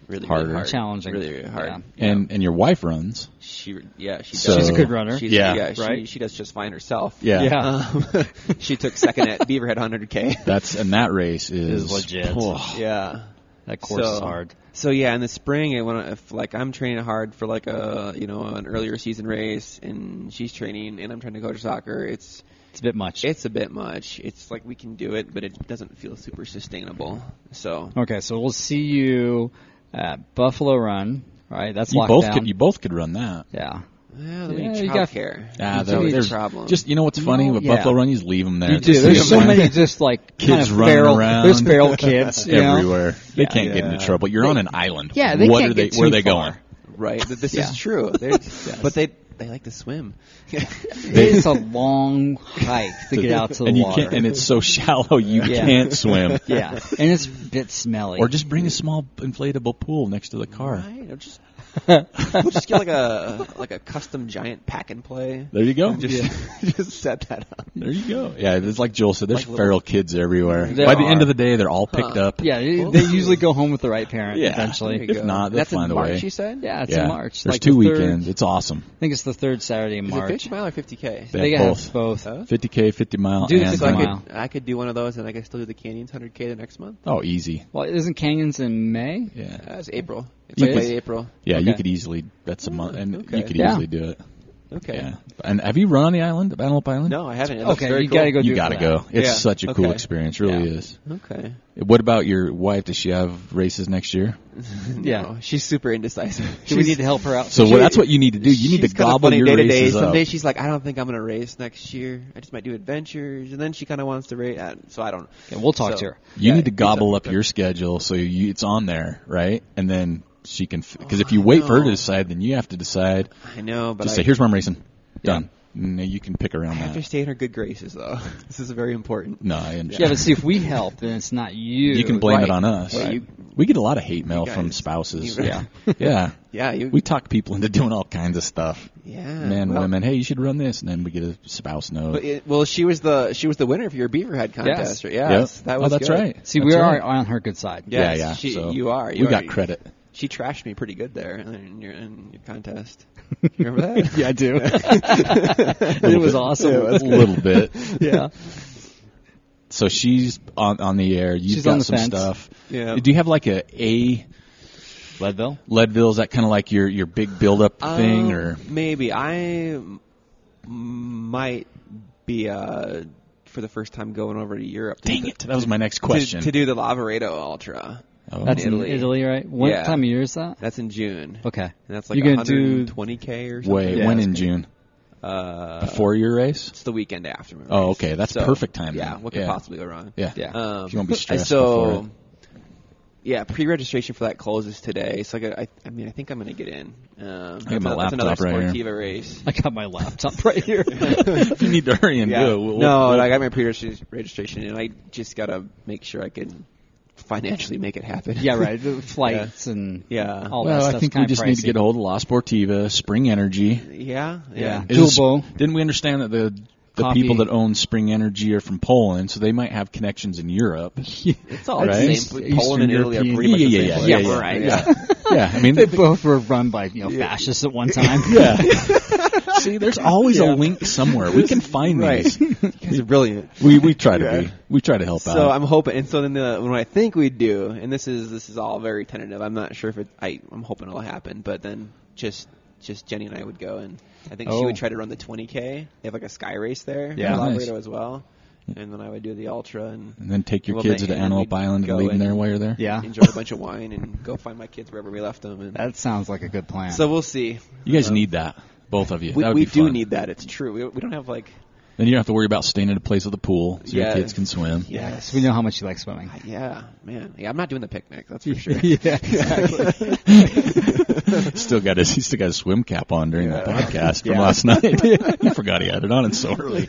S3: really
S1: Harder.
S3: really hard.
S2: Challenging.
S3: really, really hard.
S2: Yeah.
S1: and and your wife runs.
S3: she yeah she
S1: So-
S3: does.
S1: She's a good
S2: runner.
S3: She's,
S1: Yeah.
S3: yeah she,
S4: Right.
S3: she does just fine herself.
S1: Yeah.
S2: Yeah.
S3: Um, she took second at Beaverhead 100K.
S1: That's and that race is,
S2: Is legit.
S1: Oh,
S3: yeah.
S2: That course is
S3: So-
S2: hard.
S3: So yeah, in the spring, I want to if like I'm training hard for like a you know an earlier season race, and she's training, and I'm trying to coach soccer. It's
S2: It's a bit much.
S3: it's a bit much. It's like we can do it, but it doesn't feel super sustainable. So
S2: okay, so we'll see you at Buffalo Run. Right, that's
S1: you
S2: locked
S1: both
S2: down.
S1: could you both could run that.
S2: yeah,
S3: yeah, we
S2: Yeah,
S3: need
S2: you got-
S3: childcare.
S1: Ah,
S3: It's
S1: there-
S3: a big
S1: there's
S3: problem.
S1: just you know what's funny
S2: No,
S1: with
S2: yeah.
S1: Buffalo Run, you just leave them there.
S2: you do.
S1: Just
S2: There's
S1: leave
S2: so
S1: 'em
S2: many just like kind
S1: Kids
S2: of
S1: running
S2: feral,
S1: around.
S2: There's feral kids you know?
S1: everywhere. They
S2: Yeah.
S1: can't get into
S3: Yeah.
S1: trouble. You're on an island.
S2: Yeah, they
S1: what
S2: can't
S1: are they?
S2: get
S1: where are
S2: too
S1: they
S2: far.
S1: going?
S3: right. Th- This
S2: Yeah.
S3: is true. They're- But they they like to swim.
S2: It's a long hike to get out to the
S1: and you
S2: water.
S1: can't, and it's so shallow you
S2: Yeah.
S1: can't swim.
S2: yeah, and it's a bit smelly.
S1: Or just bring a small inflatable pool next to the car.
S3: Right, or just we'll just get like a like a custom giant pack and play.
S1: There you go.
S3: Just just set that up.
S1: There you go. Yeah, it's like Joel said. There's
S3: Like little-
S1: feral kids everywhere.
S2: There
S1: By the
S2: are.
S1: end of the day, they're all picked up.
S2: yeah, they they usually go home with the right parent
S1: Yeah.
S2: eventually.
S1: If not, they'll
S3: that's in
S1: find a
S3: March,
S1: way.
S3: you said.
S2: Yeah, it's
S1: Yeah.
S2: in March.
S1: There's
S2: like
S1: two
S2: the third-
S1: weekends. It's awesome.
S2: I think it's the third Saturday in
S3: Is it
S2: March.
S3: 50 mile or 50k?
S1: They
S2: They
S1: have
S2: got
S1: both.
S2: both.
S3: Huh?
S1: 50k, 50 mile,
S2: Do the
S1: and uh,
S2: That's
S3: So I
S1: come
S2: mile.
S1: on.
S3: could I could do one of those, and I could still do the Canyons 100k the next month.
S1: Oh, easy.
S2: Well, isn't Canyons in May?
S1: Yeah,
S3: That's April. Uh, It's
S1: You
S3: like
S1: could-
S3: late April.
S1: yeah. You
S2: Okay.
S1: could easily. That's a month, and
S3: okay.
S1: you could
S2: Yeah.
S1: easily do it.
S3: Okay.
S1: Yeah. And have you run on the island, the Antelope Island?
S3: No, I haven't. It looks
S2: Okay,
S3: very
S2: you
S3: cool.
S2: gotta go. do
S1: You
S2: it
S1: gotta
S2: for
S1: go.
S2: that.
S1: It's
S3: Yeah.
S1: such a cool
S3: Okay.
S1: experience. Really
S2: Yeah.
S1: is.
S3: Okay.
S1: What about your wife? Does she have races next year?
S2: Yeah.
S3: No, she's super indecisive.
S2: Do we
S3: She's-
S2: need to help her out?
S1: So what, that's what you need to do. You need
S3: she's
S1: to
S3: kinda
S1: gobble
S3: funny
S1: your
S3: day to day.
S1: races
S3: Some
S1: up.
S3: days she's like, I don't think I'm gonna race next year. I just might do adventures, and then she kind of wants to race. uh, So I don't.
S2: Okay, we'll talk
S3: so-
S2: to her.
S1: You
S3: Yeah,
S1: need to
S3: it's
S1: gobble up
S3: okay.
S1: your schedule so you, it's on there, right? And then she can, because if you wait for her to
S3: no.
S1: decide, then you have to decide.
S3: I know, Oh. but
S1: Just
S3: I,
S1: say, "Here's where I'm racing." Done. No, you can pick around
S3: I have to
S1: that.
S3: stay in her good graces, though. This is very important.
S1: No, I understand.
S2: Yeah, but see if we help, then it's not you.
S1: you can blame it
S3: right.
S1: on us.
S3: Yeah, you-
S1: we get a lot of hate mail
S3: You
S1: from
S3: guys-
S1: spouses.
S3: you-
S1: yeah, yeah.
S3: Yeah, you.
S1: We talk people into doing all kinds of stuff.
S3: yeah,
S1: Men,
S3: well,
S1: women. Hey, you should run this, and then we get a spouse note.
S3: But it, well, she was the she was the winner for your Beaverhead
S2: Yes.
S3: contest. Right?
S1: Yep.
S3: Yes, that was.
S1: oh, that's
S3: good.
S1: right.
S2: See,
S1: That's
S2: we are
S1: right.
S2: on her good side.
S1: Yeah,
S3: Yes,
S1: yeah.
S3: she-
S1: so
S3: you are, you
S1: we
S3: are.
S1: got
S3: You-
S1: credit.
S3: She trashed me pretty good there in your in your contest. You remember that?
S2: Yeah, I do. it was awesome.
S1: a little bit.
S2: yeah.
S1: So she's on on the air. You've
S2: She's
S1: got
S2: on the
S1: some
S2: fence.
S1: stuff.
S3: Yeah.
S1: Do you have like a a
S2: Leadville?
S1: Leadville? Is that kind of like your your big build up thing,
S3: Um,
S1: or
S3: maybe I m- might be uh for the first time going over to Europe. to-
S1: dang it, that was my next
S3: to,
S1: question.
S3: to do the Lavaredo Ultra.
S1: Oh.
S2: That's in Italy,
S3: Italy.
S2: right? What
S3: Yeah.
S2: time of year is that?
S3: That's in June.
S2: Okay.
S3: And that's like
S2: You're gonna do-
S3: 120k or something.
S1: Wait, when in June?
S3: Uh,
S1: Before your race?
S3: it's the weekend after. my
S1: Oh,
S3: race.
S1: okay, that's
S3: So,
S1: perfect timing.
S3: Yeah, what could
S1: Yeah.
S3: possibly go wrong?
S1: Yeah.
S2: Yeah.
S3: Um,
S1: She won't be stressed before
S3: So,
S1: it.
S3: yeah, pre-registration for that closes today. So I, got, I, I mean, I think I'm going to get in. Um,
S1: I got my
S3: that's another
S1: laptop right
S3: Sportiva
S1: here.
S3: race.
S2: I got my laptop right here.
S1: if you need to hurry and
S3: Yeah.
S1: do it, we'll-
S3: no,
S1: we'll-
S3: I got my pre-registration, and I just got to make sure I can financially make it happen.
S2: yeah, right. The flights and
S3: Yeah.
S2: all that
S1: well, I
S2: stuff's
S1: think we
S2: kinda
S1: just need to
S2: pricey.
S1: get a hold of La Sportiva, Spring Energy.
S3: yeah,
S2: Yeah.
S3: yeah.
S1: Is this-
S2: Turbo.
S1: Didn't we understand that the the
S2: Coffee.
S1: people that own Spring Energy are from Poland, so they might have connections in Europe?
S3: It's all
S1: Right.
S3: the
S2: East-
S3: same.
S2: Eastern
S3: Poland and Italy
S2: European-
S3: are pretty much
S1: Yeah,
S3: the
S1: yeah,
S3: same.
S1: yeah,
S3: place.
S1: yeah,
S3: right.
S1: yeah, I mean,
S2: They both were run by you know fascists at one time.
S1: yeah. See, there's always a link somewhere. We can find these.
S3: It's brilliant.
S1: We we try to
S3: Yeah.
S1: be. We try to help out.
S3: So I'm hoping, and so then the, when I think we do, and this is this is all very tentative. I'm not sure if it. I, I'm hoping it'll happen, but then just just Jenny and I would go, and I think she
S2: Oh.
S3: would try to run the 20k. They have like a sky race there,
S2: Yeah.
S3: in
S1: Nice.
S3: Laredo as well, and then I would do the ultra and,
S1: and then take your
S3: Well,
S1: kids
S3: man,
S1: to
S3: and
S1: Antelope
S3: we'd
S1: Island and
S3: go
S1: leave them
S3: and-
S1: there while you're there.
S2: Yeah.
S3: enjoy a bunch of wine and go find my kids wherever we left them. And
S2: That sounds like a good plan.
S3: so we'll see.
S1: You guys
S3: Um,
S1: need that, both of you.
S3: We,
S1: that would
S3: we
S1: be
S3: do
S1: fun.
S3: need that. It's true. We, we don't have like
S1: Then you don't have to worry about staying in a place with a pool, so your
S3: Yeah.
S1: kids can swim.
S2: yes, we know how much you like swimming.
S3: Yeah, man. Yeah, I'm not doing the picnic. That's for sure.
S2: yeah.
S1: Still got his, he still got his swim cap on during the podcast from last night. you forgot he had it on. It's so early.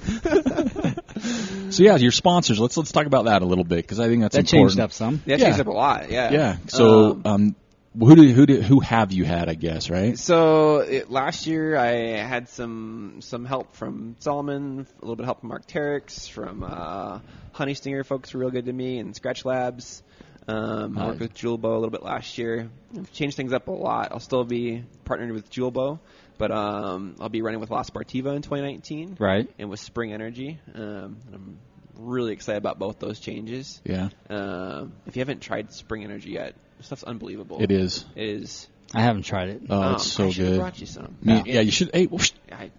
S1: So yeah, your sponsors. Let's let's talk about that a little bit because I think that's
S2: That
S1: important.
S2: changed up some.
S3: That
S1: Yeah.
S3: takes up a lot. Yeah.
S1: Yeah. So um, who do who do who have you had? I guess right.
S3: So it, last year I had some some help from Solomon, a little bit of help from Mark Terex, from uh, Honey Stinger folks were real good to me, and Scratch Labs. Um, I worked with Julebo a little bit last year. I've changed things up a lot. I'll still be partnered with Julebo, but um, I'll be running with La Sportiva in 2019.
S2: Right.
S3: And with Spring Energy. Um, and I'm really excited about both those changes.
S1: Yeah.
S3: Um, if you haven't tried Spring Energy yet, stuff's unbelievable.
S1: It is.
S3: It is.
S2: I haven't tried it.
S1: Oh,
S3: Um,
S1: it's so
S3: I should've
S1: good.
S3: Brought you some.
S1: Me- yeah, you should. Hey, whoosh,
S3: I,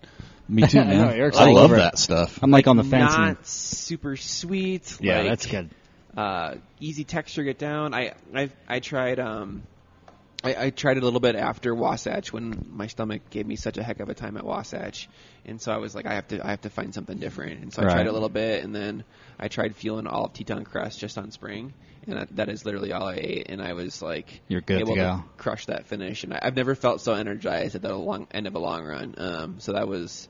S1: me too,
S2: I
S1: man.
S2: know, Eric's
S1: I
S2: all
S1: love
S2: over it.
S1: that stuff.
S2: I'm like on the fence. and-
S3: Not super sweet.
S2: yeah,
S3: like,
S2: that's good.
S3: Uh, easy texture get down. I I I tried um. I, I tried it a little bit after Wasatch when my stomach gave me such a heck of a time at Wasatch, and so I was like, I have to, I have to find something different. And so I
S1: Right.
S3: tried a little bit, and then I tried feeling all of Teton Crest just on spring, and that, that is literally all I ate. And I was like,
S2: You're good to
S3: able
S2: go.
S3: crush that finish. And I, I've never felt so energized at the long end of a long run. Um, so that was,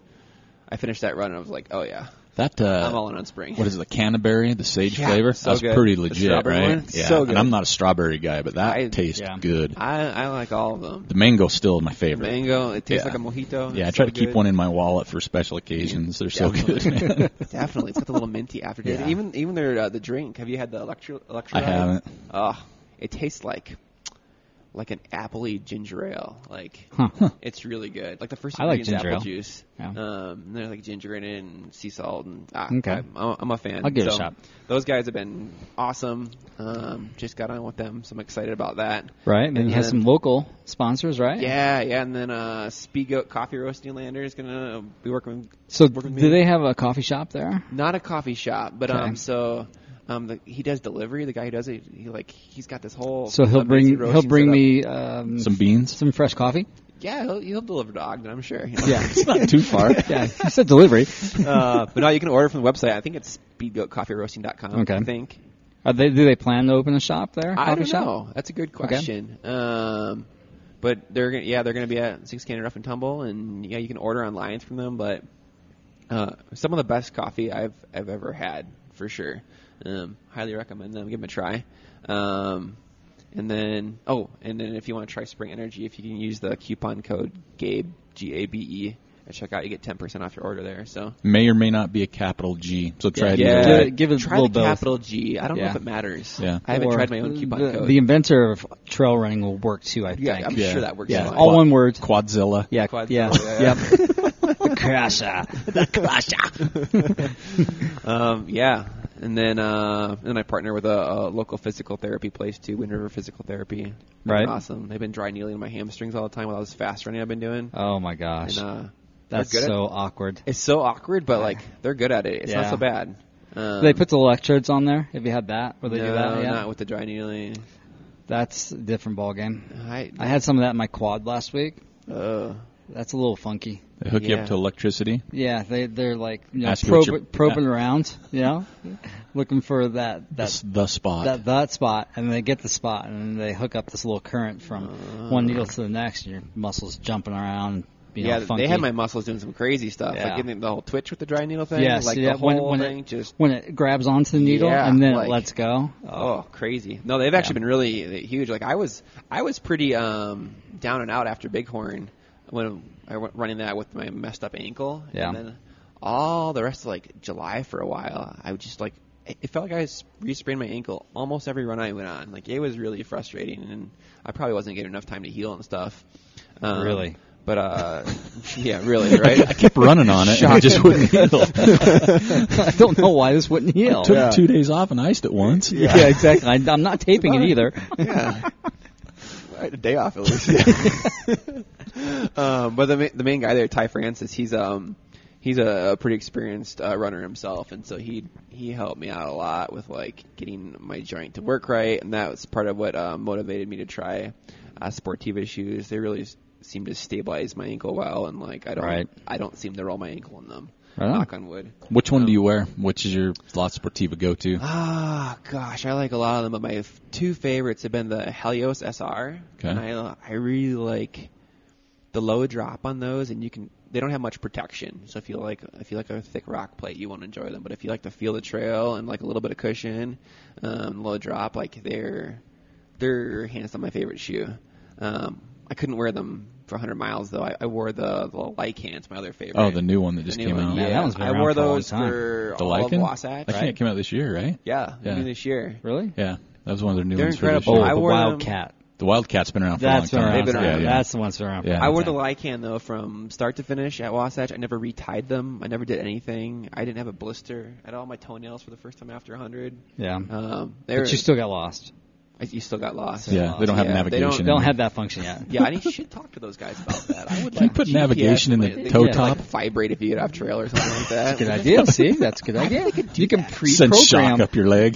S3: I finished that run, and I was like, oh yeah,
S1: That
S3: I'm all
S1: uh,
S3: in on spring.
S1: what is it, the Canterbury, the sage
S3: Yeah,
S1: flavor?
S3: so
S1: That's
S3: good.
S1: pretty
S3: The
S1: legit,
S3: strawberry
S1: right?
S3: one,
S1: Yeah.
S3: so
S1: And
S3: good.
S1: I'm not a strawberry guy, but that
S3: I-
S1: tastes
S2: yeah.
S1: good.
S3: I, I like all of them.
S1: Mango still my favorite.
S3: Mango, it tastes
S1: Yeah.
S3: like a mojito.
S1: Yeah, I
S3: It's
S1: try
S3: so
S1: to keep
S3: good.
S1: one in my wallet for special occasions. They're so good. man.
S3: Definitely, it's got the little minty aftertaste.
S1: Yeah.
S3: Even even their uh, the drink. Have you had the electro? electro
S1: I haven't.
S3: Oh, it tastes like like an appley ginger ale. Like it's really good. Like the first
S2: I like
S3: ingredient's
S2: ginger
S3: apple
S2: ale.
S3: juice.
S2: Yeah.
S3: Um, and there's like ginger in it and sea salt and ah,
S2: Okay.
S3: I'm, I'm a fan.
S2: I'll give it a
S3: So,
S2: shot.
S3: Those guys have been awesome. Um, just got on with them, so I'm excited about that.
S2: Right. And then
S3: And
S2: you have some
S3: then-
S2: local sponsors, right?
S3: Yeah, yeah, and then uh, Speedgoat Coffee Roasting Lander is gonna be working. with-
S2: So
S3: working with
S2: do
S3: me.
S2: they have a coffee shop there?
S3: Not a coffee shop, but
S2: Okay.
S3: um, so um, the, he does delivery. The guy who does it, he like he's got this whole.
S2: So he'll
S3: amazing
S2: bring he'll
S3: roasting
S2: bring
S3: setup.
S2: me um,
S1: Some beans.
S2: some fresh coffee.
S3: Yeah, he'll, he'll deliver to Ogden, I'm sure.
S2: Yeah.
S1: It's not too far.
S2: yeah. You said delivery.
S3: uh, but no, you can order from the website. I think it's speedgoatcoffeeroasting.com.
S2: Okay.
S3: I think.
S2: Are they do they plan to open a shop there?
S3: I
S2: coffee
S3: don't
S2: shop?
S3: know. That's a good question. Um, but they're gonna, yeah they're going to be at Six Canyon Rough and Tumble, and yeah you can order online from them. But uh, some of the best coffee I've I've ever had for sure. Um, highly recommend them. Give them a try. Um, and then oh, and then if you want to try Spring Energy, if you can use the coupon code Gabe G A B E at checkout, you get ten percent off your order there. So
S1: May or may not be a capital G. So try it.
S3: yeah,
S1: either
S2: Give
S1: way.
S2: it- give it
S3: try
S2: a little
S3: the
S2: both.
S3: capital G. I don't know
S2: Yeah.
S3: if it matters.
S1: Yeah.
S3: I haven't
S2: Or
S3: tried my own coupon
S2: the,
S3: code.
S2: The inventor of trail running will work too. I
S3: yeah,
S2: think.
S3: I'm
S1: Yeah.
S3: sure that works.
S2: Yeah,
S3: fine.
S2: all one word.
S1: Quadzilla.
S2: Yeah,
S3: Quad-
S2: yeah,
S3: yeah,
S2: yep.
S3: yeah.
S2: the crasher, the crasher.
S3: Um, yeah, and then uh, and then I partner with a, a local physical therapy place too, Wind River Physical Therapy. They've been
S2: Right.
S3: Awesome. They've been dry needling my hamstrings all the time while I was fast running. I've been doing.
S2: Oh my gosh,
S3: and uh, they're
S2: that's
S3: good Um, at-
S2: so awkward.
S3: it's so awkward, but like they're good at it. It's
S2: Yeah.
S3: not so bad. Um,
S2: they put the electrodes on there. Have you had that? Where they
S3: no,
S2: do that? Yeah,
S3: not with the dry needling.
S2: that's a different ball game.
S3: I,
S2: I had some of that in my quad last week.
S3: uh,
S2: That's a little funky.
S1: They hook you up
S3: Yeah.
S1: to electricity.
S2: Yeah, they they're like you know
S1: Ask you what
S2: prob-
S1: your-
S2: probing around, you know, looking for that
S1: That's
S2: that
S1: the spot.
S2: that that spot, and they get the spot, and they hook up this little current from one needle to the next, and your muscles jumping around. You know,
S3: yeah,
S2: funky.
S3: they had my muscles doing some crazy stuff,
S2: Yeah.
S3: like getting the whole twitch with the dry needle thing.
S2: Yes,
S3: like
S2: yeah,
S3: the whole
S2: when- when it-
S3: thing just
S2: when it grabs onto the needle
S3: Yeah,
S2: and then
S3: like-
S2: it lets go.
S3: Oh, crazy! No, they've actually been really uh, huge. Like I was, I was pretty um, down and out after Bighorn when I went running that with my messed up ankle.
S2: Yeah.
S3: And then all the rest of like July for a while, I was just like, it it felt like I was resprained my ankle almost every run I went on. Like it was really frustrating, and I probably wasn't getting enough time to heal and stuff. Um,
S2: Really?
S3: But uh, yeah, really, right?
S1: I kept running on it, and it just wouldn't heal.
S2: I don't know why this wouldn't heal.
S1: Took two days off and iced it once.
S2: Yeah, exactly. I, I'm not taping it either.
S3: I had a day off at least. um, but the ma- the main guy there, Ty Francis, he's um he's a, a pretty experienced uh, runner himself, and so he he helped me out a lot with like getting my joint to work right, and that was part of what uh, motivated me to try uh, Sportiva shoes. They really s- seem to stabilize my ankle well, and like I don't
S2: Right.
S3: I don't seem to roll my ankle in them.
S1: Right on.
S3: Knock on wood.
S1: Which one do you wear? Which is your La Sportiva go to?
S3: Ah, gosh, I like a lot of them, but my f- two favorites have been the Helios SR,
S1: Okay.
S3: and I I really like the low drop on those, and you can they don't have much protection. So if you like if you like a thick rock plate, you won't enjoy them. But if you like to feel the trail and like a little bit of cushion, um, low drop, like they're they're hands down my favorite shoe. Um, I couldn't wear them for 100 miles though. I, I wore the the Lycans, my other favorite.
S1: Oh, the new one that just
S3: new
S1: came
S3: one,
S1: out.
S2: Yeah, that one's been
S3: I
S2: around
S3: wore
S2: for a long
S3: those
S2: time.
S3: for
S1: The
S3: all of
S1: Lycan?
S3: Wasatch.
S1: That
S3: right?
S1: came out this year, right?
S3: Yeah,
S1: Yeah.
S3: new this year.
S2: Really?
S1: Yeah. That was one of their new
S3: They're
S1: ones for
S3: incredible.
S1: this
S2: Oh,
S1: year.
S3: I
S2: the
S3: wore 'em-
S2: Wildcat.
S1: the Wildcat's been around for
S2: That's
S1: a
S2: been
S1: long time.
S2: around.
S3: They've been
S2: for-
S1: yeah,
S3: around.
S1: yeah.
S2: That's the one's been around. for a
S1: Yeah.
S2: long
S3: I wore the
S2: time.
S3: Lycan though from start to finish at Wasatch. I never retied them. I never did anything. I didn't have a blister at all. My toenails for the first time after 100.
S2: Yeah.
S3: Um, they were,
S2: but you still got lost.
S3: I- you still got lost.
S1: Yeah, they don't have
S3: Yeah, they don't-
S1: navigation. in
S2: Don't
S1: there.
S2: have that function yet.
S3: Yeah, I need to shit talk to those guys about that. I would
S1: Can you
S3: like
S1: put
S3: GPS
S1: navigation in the
S3: somebody- they
S1: toe
S3: could, like,
S1: top?
S3: vibrate if you get off trail or something like that.
S2: Good idea. See, that's a good idea. You can
S1: Send shock
S2: pre-program,
S1: up your leg.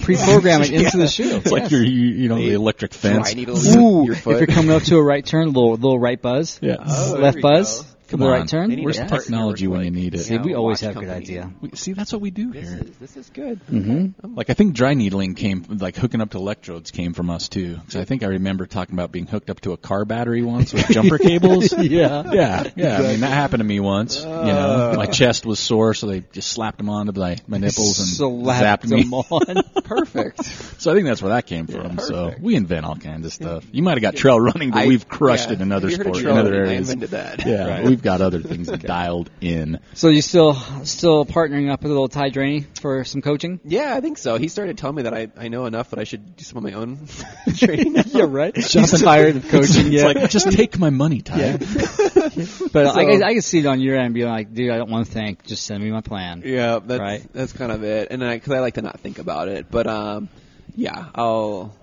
S2: pre-program it into the shoe.
S1: It's like your, you, you know, the electric fence.
S3: Dry needle
S2: Ooh,
S3: your
S2: if
S3: foot.
S2: you're coming up to a right turn, little little right buzz,
S1: Yeah.
S3: Oh, there
S2: left
S3: we
S2: buzz,
S3: go.
S2: come
S1: Come
S2: the
S1: on.
S2: right turn.
S3: They need
S1: Where's
S3: a
S1: the
S3: partner
S1: technology
S3: with,
S1: when you
S3: like,
S1: need it?
S2: See,
S3: you know,
S2: we always
S3: watch Mm-hmm.
S2: have good
S3: company.
S2: idea.
S1: We- See, that's what we do
S3: This
S1: here.
S3: is this is good.
S1: Like I think dry needling came, like hooking up to electrodes came from us too. Because I think I remember talking about being hooked up to a car battery once with jumper cables.
S2: Yeah.
S1: Yeah, yeah. I mean, that happened to me once. You
S3: Uh.
S1: know, my chest was sore, so they just slapped them onto my, my nipples and
S2: Slapped
S1: zapped me.
S2: them on.
S3: Perfect.
S1: So I think that's where that came from. so we invent all kinds of stuff. You might have got trail running, but
S3: I-
S1: we've crushed
S3: yeah.
S1: it in other
S3: You heard of
S1: sports, in
S3: trail
S1: other
S3: running, I
S1: areas.
S3: invented that.
S1: Yeah,
S2: Right.
S1: we've got other things dialed in.
S2: So you still still partnering up with a little Ty Draney for some coaching?
S3: Yeah, I think so. He started telling me that I, I know enough that I should do some of my own training. yeah,
S2: right. He's tired of coaching.
S1: It's
S2: Yeah.
S1: like just take my money, Ty.
S2: but I,
S3: So-
S2: can, I can see it on your end being like, dude, I don't want to think. Just send me my plan.
S3: Yeah, that's
S2: Right.
S3: that's kind of it. And because I, like to not think about it, but um, yeah, I'll.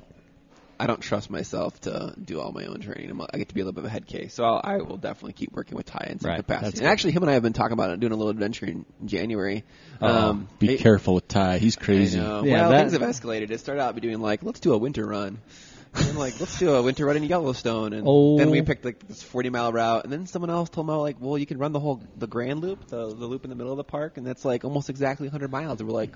S3: I don't trust myself to do all my own training. I'm, I get to be a little bit of a head case, so I'll, I will definitely keep working with Ty in some
S2: Right, that's
S3: capacity. And
S2: good.
S3: actually, him and I have been talking about it, doing a little adventure in January.
S2: Oh,
S3: um,
S1: Be
S3: it-
S1: careful with Ty. He's crazy.
S3: I know.
S2: Yeah,
S3: well,
S2: that-
S3: things have escalated. It started out by doing like, let's do a winter run. And then, like, let's do a winter run in Yellowstone, and
S2: Oh.
S3: then we picked like this forty mile route. And then someone else told me like, well, you can run the whole the Grand Loop, the, the loop in the middle of the park, and that's like almost exactly hundred miles. And we're like,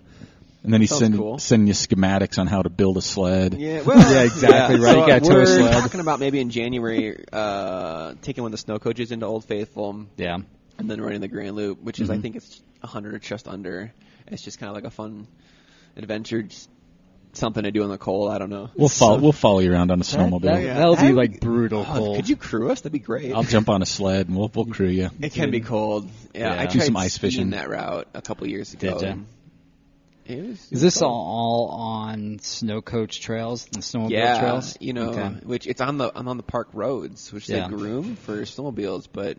S1: And then he's
S3: Sounds
S1: sending
S3: cool.
S1: sending you schematics on how to build a sled.
S3: yeah, well,
S2: Yeah, exactly right.
S3: So,
S2: You gotta tow a
S3: we're
S2: sled.
S3: talking about maybe in January uh, taking one of the snow coaches into Old Faithful.
S2: Yeah.
S3: and then running the Grand Loop, which is I think it's 100 or just under. It's just kind of like a fun adventure, just something to do in the cold. I don't know.
S1: We'll follow. We'll follow you around on a snowmobile.
S2: that- that'll be, like, brutal
S3: Oh,
S2: cold.
S3: Could you crew us? That'd be great.
S1: I'll jump on a sled and we'll we'll crew you.
S3: it can be cold. Yeah,
S2: Yeah.
S3: I
S2: Do
S3: tried
S1: some ice
S3: skiing
S1: fishing.
S3: that route a couple years ago.
S2: Did ya?
S3: and It was,
S2: Is this all, all on snow coach trails and snowmobile
S3: yeah,
S2: trails?
S3: you know,
S2: Okay.
S3: which it's on the I'm on the park roads, which
S2: Yeah.
S3: they groom for snowmobiles, but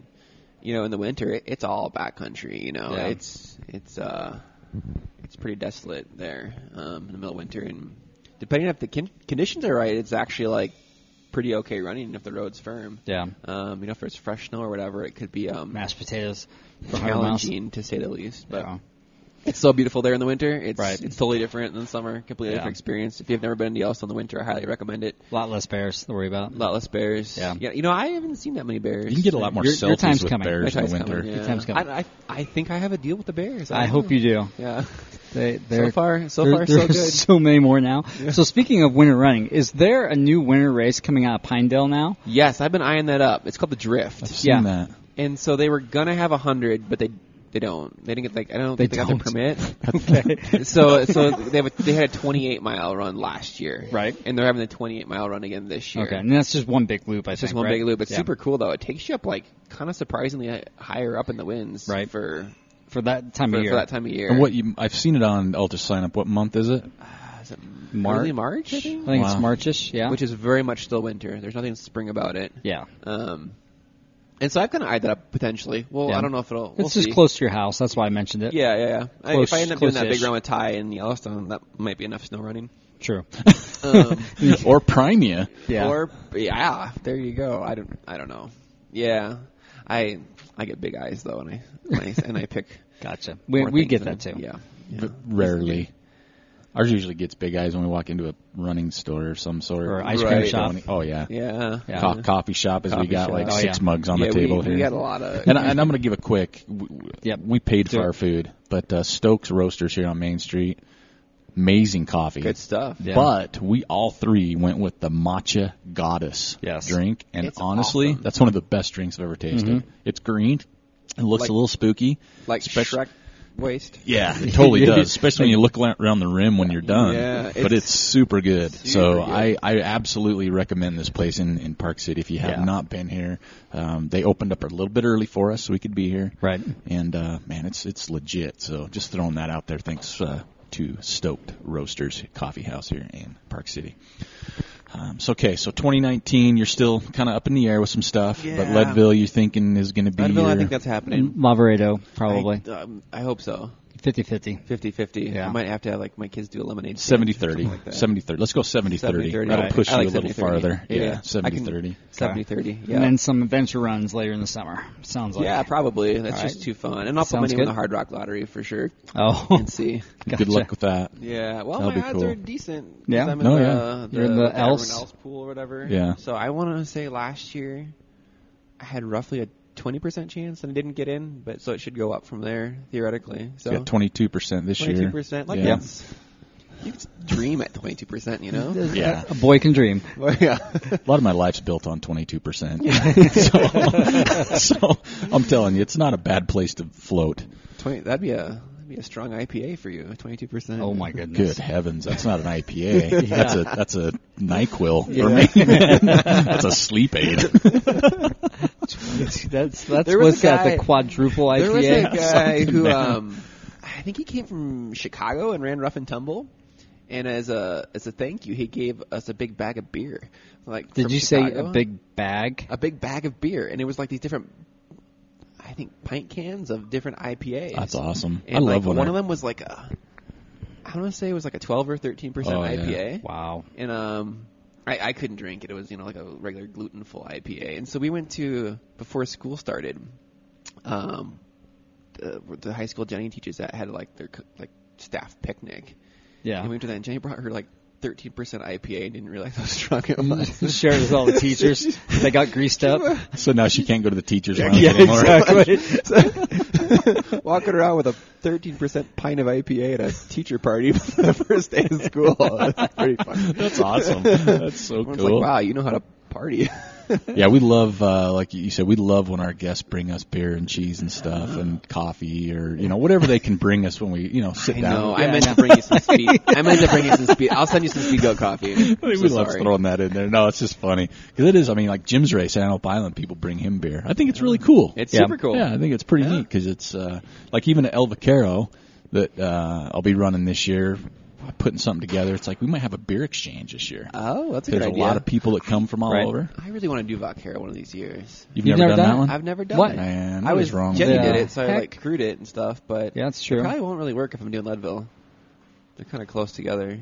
S3: you know, in the winter, it, it's all backcountry. You know,
S2: Yeah.
S3: it's it's uh it's pretty desolate there um, in the middle of winter, and depending on if the con- conditions are right, it's actually like pretty okay running if the road's firm.
S2: Yeah.
S3: Um, you know, if there's fresh snow or whatever, it could be um,
S2: Mashed potatoes. for 100 miles.
S3: challenging to say the least. But
S2: Yeah.
S3: it's so beautiful there in the winter. It's
S2: Right.
S3: it's totally different in the summer, completely
S2: Yeah.
S3: different experience. If you've never been to Yellowstone in the winter, I highly recommend it.
S2: A lot less bears to worry about.
S3: A lot less bears.
S2: Yeah.
S3: You know, I haven't seen that many bears.
S1: You can get a lot more
S2: Your- your
S1: selfies
S2: time's
S1: with
S2: coming.
S3: My
S1: bears in the
S3: time's
S1: winter.
S3: coming,
S2: Your
S3: yeah.
S2: time's coming.
S3: I, I, I think I have a deal with the bears.
S2: I
S3: don't
S2: hope
S3: know.
S2: you do.
S3: Yeah.
S2: They,
S3: So
S2: they're,
S3: far, so
S2: there-
S3: far,
S2: there
S3: so
S2: are
S3: good.
S2: so many more now. So speaking of winter running, is there a new winter race coming out of Pinedale now?
S3: Yes, I've been eyeing that up. It's called the
S1: I've
S3: Drift,
S1: seen
S2: Yeah.
S1: that.
S3: and so they were gonna have a hundred, but they they don't. They didn't get like I don't
S2: They
S3: think they got the
S2: don't.
S3: permit.
S2: Okay.
S3: so so they have a, they had a 28 mile run last year,
S2: Right.
S3: And they're having the 28 mile run again this year.
S2: Okay, and that's just one big loop. I
S3: It's just one big loop. It's super cool though. It takes you up like kind of surprisingly hi- higher up in the winds,
S2: Right.
S3: For
S2: for that time
S3: for,
S2: of
S3: for
S2: year.
S3: that time of year.
S1: And what you, I've seen it on. I'll just sign up. What month is it?
S3: Is it
S2: Mar-
S3: early March? I
S2: I
S3: think.
S2: think
S1: Wow.
S2: it's Marchish. Yeah.
S3: Which is very much still winter. There's nothing spring about it.
S2: yeah.
S3: Um, and so I've kind of eyed that up potentially. Well,
S2: Yeah.
S3: I don't know if it'll.
S2: It's
S3: we'll
S2: just
S3: see.
S2: close to your house. That's why I mentioned it.
S3: Yeah, yeah, yeah. I-
S2: Close-
S3: if I end up doing that
S2: close-ish.
S3: big run with Ty in Yellowstone, that might be enough snow running.
S2: True.
S3: Um,
S1: or Primea?
S2: Yeah.
S3: Or yeah, there you go. I don't I don't know. Yeah. I I get big eyes though and I and I, and I pick
S2: gotcha. We,
S3: more
S2: we
S3: things
S2: get
S3: than-
S2: that too.
S3: Yeah.
S1: V- Rarely. Ours usually gets big eyes when we walk into a running store or some sort.
S2: Or ice cream
S3: Right.
S2: shop.
S1: Oh yeah.
S3: Yeah.
S2: Yeah.
S1: Co- coffee shop as we
S3: Coffee
S1: got
S3: shop.
S1: like
S2: Oh,
S1: six
S2: yeah.
S1: mugs on
S3: Yeah,
S1: the
S3: we-
S1: table
S3: we,
S1: here.
S3: got a lot of
S1: and, I, and I'm going to give a quick. w- w-
S2: Yep.
S1: We paid
S2: Do
S1: for
S2: it.
S1: our food, but uh, Stokes Roasters here on Main Street, amazing coffee.
S3: good stuff.
S2: Yeah.
S1: But we all three went with the matcha goddess
S2: Yes.
S1: drink, and
S3: It's
S1: honestly,
S3: awesome. Mm-hmm.
S1: that's one of the best drinks I've ever tasted. It's green, It looks
S3: Like-
S1: a little spooky.
S3: like
S1: Spec-
S3: Shrek waste.
S1: Yeah, it totally does. Especially when you look la- around the rim when you're done.
S3: Yeah,
S1: but
S3: it's-
S1: it's super good. so
S3: good.
S1: I, I absolutely recommend this place in, in Park City if you have
S2: Yeah.
S1: not been here. Um, they opened up a little bit early for us so we could be here.
S2: Right.
S1: And uh, man, it's it's legit. So just throwing that out there. Thanks uh, to Stoked Roasters Coffee House here in Park City. Um, so okay, so 2019, you're still kind of up in the air with some stuff, but
S3: Yeah.
S1: Leadville you're thinking is going to be.
S3: Leadville, I
S1: your-
S3: think that's happening.
S2: Laveredo, probably.
S3: I, um, I hope so.
S2: 50 50.
S3: 50-50.
S2: Yeah.
S3: I might have to have like my kids do a lemonade. stand.
S1: 70 30. 70 30. Let's go 70 30.
S3: 70-30.
S1: That'll
S2: Right.
S1: push
S3: I like
S1: you a little
S3: 70-30.
S1: farther.
S3: Yeah, yeah.
S1: Yeah,
S3: I
S1: 70
S3: can-
S1: 30.
S3: 70-30. Yeah.
S2: And then some adventure runs later in the summer. Sounds like.
S3: yeah, probably. That's
S2: All
S3: just
S2: right.
S3: too fun. And I'll put
S2: Sounds
S3: money on
S2: good.
S3: the Hard Rock Lottery for sure
S2: Oh,
S3: and see.
S1: Good luck with that.
S3: Yeah, well,
S1: That'll
S3: my
S1: be
S3: odds
S1: cool.
S3: are decent. 'cause
S2: Yeah.
S3: I'm in
S1: No,
S3: the,
S1: yeah.
S3: the,
S2: You're in the
S3: everyone
S2: else.
S3: else pool or whatever.
S1: Yeah.
S3: So I want to say last year, I had roughly a twenty percent chance and I didn't get in, but so it should go up from there theoretically. So
S1: Got 22% this year.
S3: twenty-two percent, like
S1: yeah.
S3: that's you could dream at twenty-two percent, you know?
S1: Yeah.
S2: a boy can dream.
S3: Well, yeah.
S1: A lot of my life's built on 22%. so, so I'm telling you, it's not a bad place to float.
S3: Twenty. That'd be a that'd be a strong IPA for you. Twenty-two percent.
S2: Oh, my goodness.
S1: Good heavens, that's not an IPA. That's a that's a NyQuil for
S3: Yeah.
S1: me. man. that's a sleep aid.
S2: that's that's
S3: There was
S2: what's
S3: a
S2: got the
S3: guy-
S2: quadruple IPA.
S3: There was a guy
S1: something
S3: who,
S1: now.
S3: um, I think he came from Chicago and ran rough and tumble. And as a as a thank you, he gave us a big bag of beer. Like,
S2: Did
S3: from
S2: you say
S3: Chicago.
S2: a big bag?
S3: a big bag of beer? And it was like these different, I think, pint cans of different IPAs.
S1: That's awesome.
S3: And
S1: I
S3: like,
S1: love when
S3: one
S1: I-
S3: of them was like a, I want to say it was like a twelve or thirteen percent
S1: Oh, yeah.
S3: IPA.
S2: Wow.
S3: And um, I, I couldn't drink it. It was you know like a regular glutenful IPA. And so we went to before school started. Um, the, the high school Jenny teaches at had like their co- like staff picnic.
S2: Yeah.
S3: And we went to that, and Jenny brought her like 13% IPA and didn't realize how strong it was.
S2: Share it with all the teachers. they got greased up.
S1: So now she can't go to the teachers' lounge
S2: Yeah,
S1: anymore.
S2: exactly.
S3: Walking around with a 13% pint of IPA at a teacher party for the first day of school. That's pretty fun.
S1: That's awesome. That's so
S3: Everyone's
S1: cool.
S3: like, wow, you know how to party.
S1: Yeah, we love, uh, like you said, we love when our guests bring us beer and cheese and stuff and coffee or, you know, whatever they can bring us when we, you know, sit
S3: I
S1: down.
S3: know. I meant to bring you some speed. I meant to bring you some speed. I'll send you some speed goat coffee.
S1: We
S3: I'm so
S1: love
S3: sorry.
S1: throwing that in there. No, it's just funny. Because it is, I mean, like Jim's Race, Antelope Island, people bring him beer. I think it's really cool.
S3: It's
S2: Yeah.
S3: super cool.
S1: Yeah, I think it's pretty neat 'cause neat because it's uh, like even at El Vaquero that uh, I'll be running this year, putting something together. It's like we might have a beer exchange this year.
S3: Oh, that's a good
S1: There's a
S3: idea.
S1: lot of people that come from all
S2: Right.
S1: over.
S3: I really want to do Vaquero one of these years.
S1: You've,
S2: You've
S1: never,
S2: never
S1: done,
S2: done
S1: that
S2: it?
S1: one?
S3: I've never done
S2: What?
S3: it.
S1: Man,
S3: I
S1: what
S3: was
S1: is wrong with
S3: Jenny
S1: you?
S3: did
S2: Yeah.
S3: it, so I
S2: Heck.
S3: like crewed it and stuff. But
S2: Yeah, that's
S3: it
S2: true.
S3: probably won't really work if I'm doing Leadville. They're kind of close together.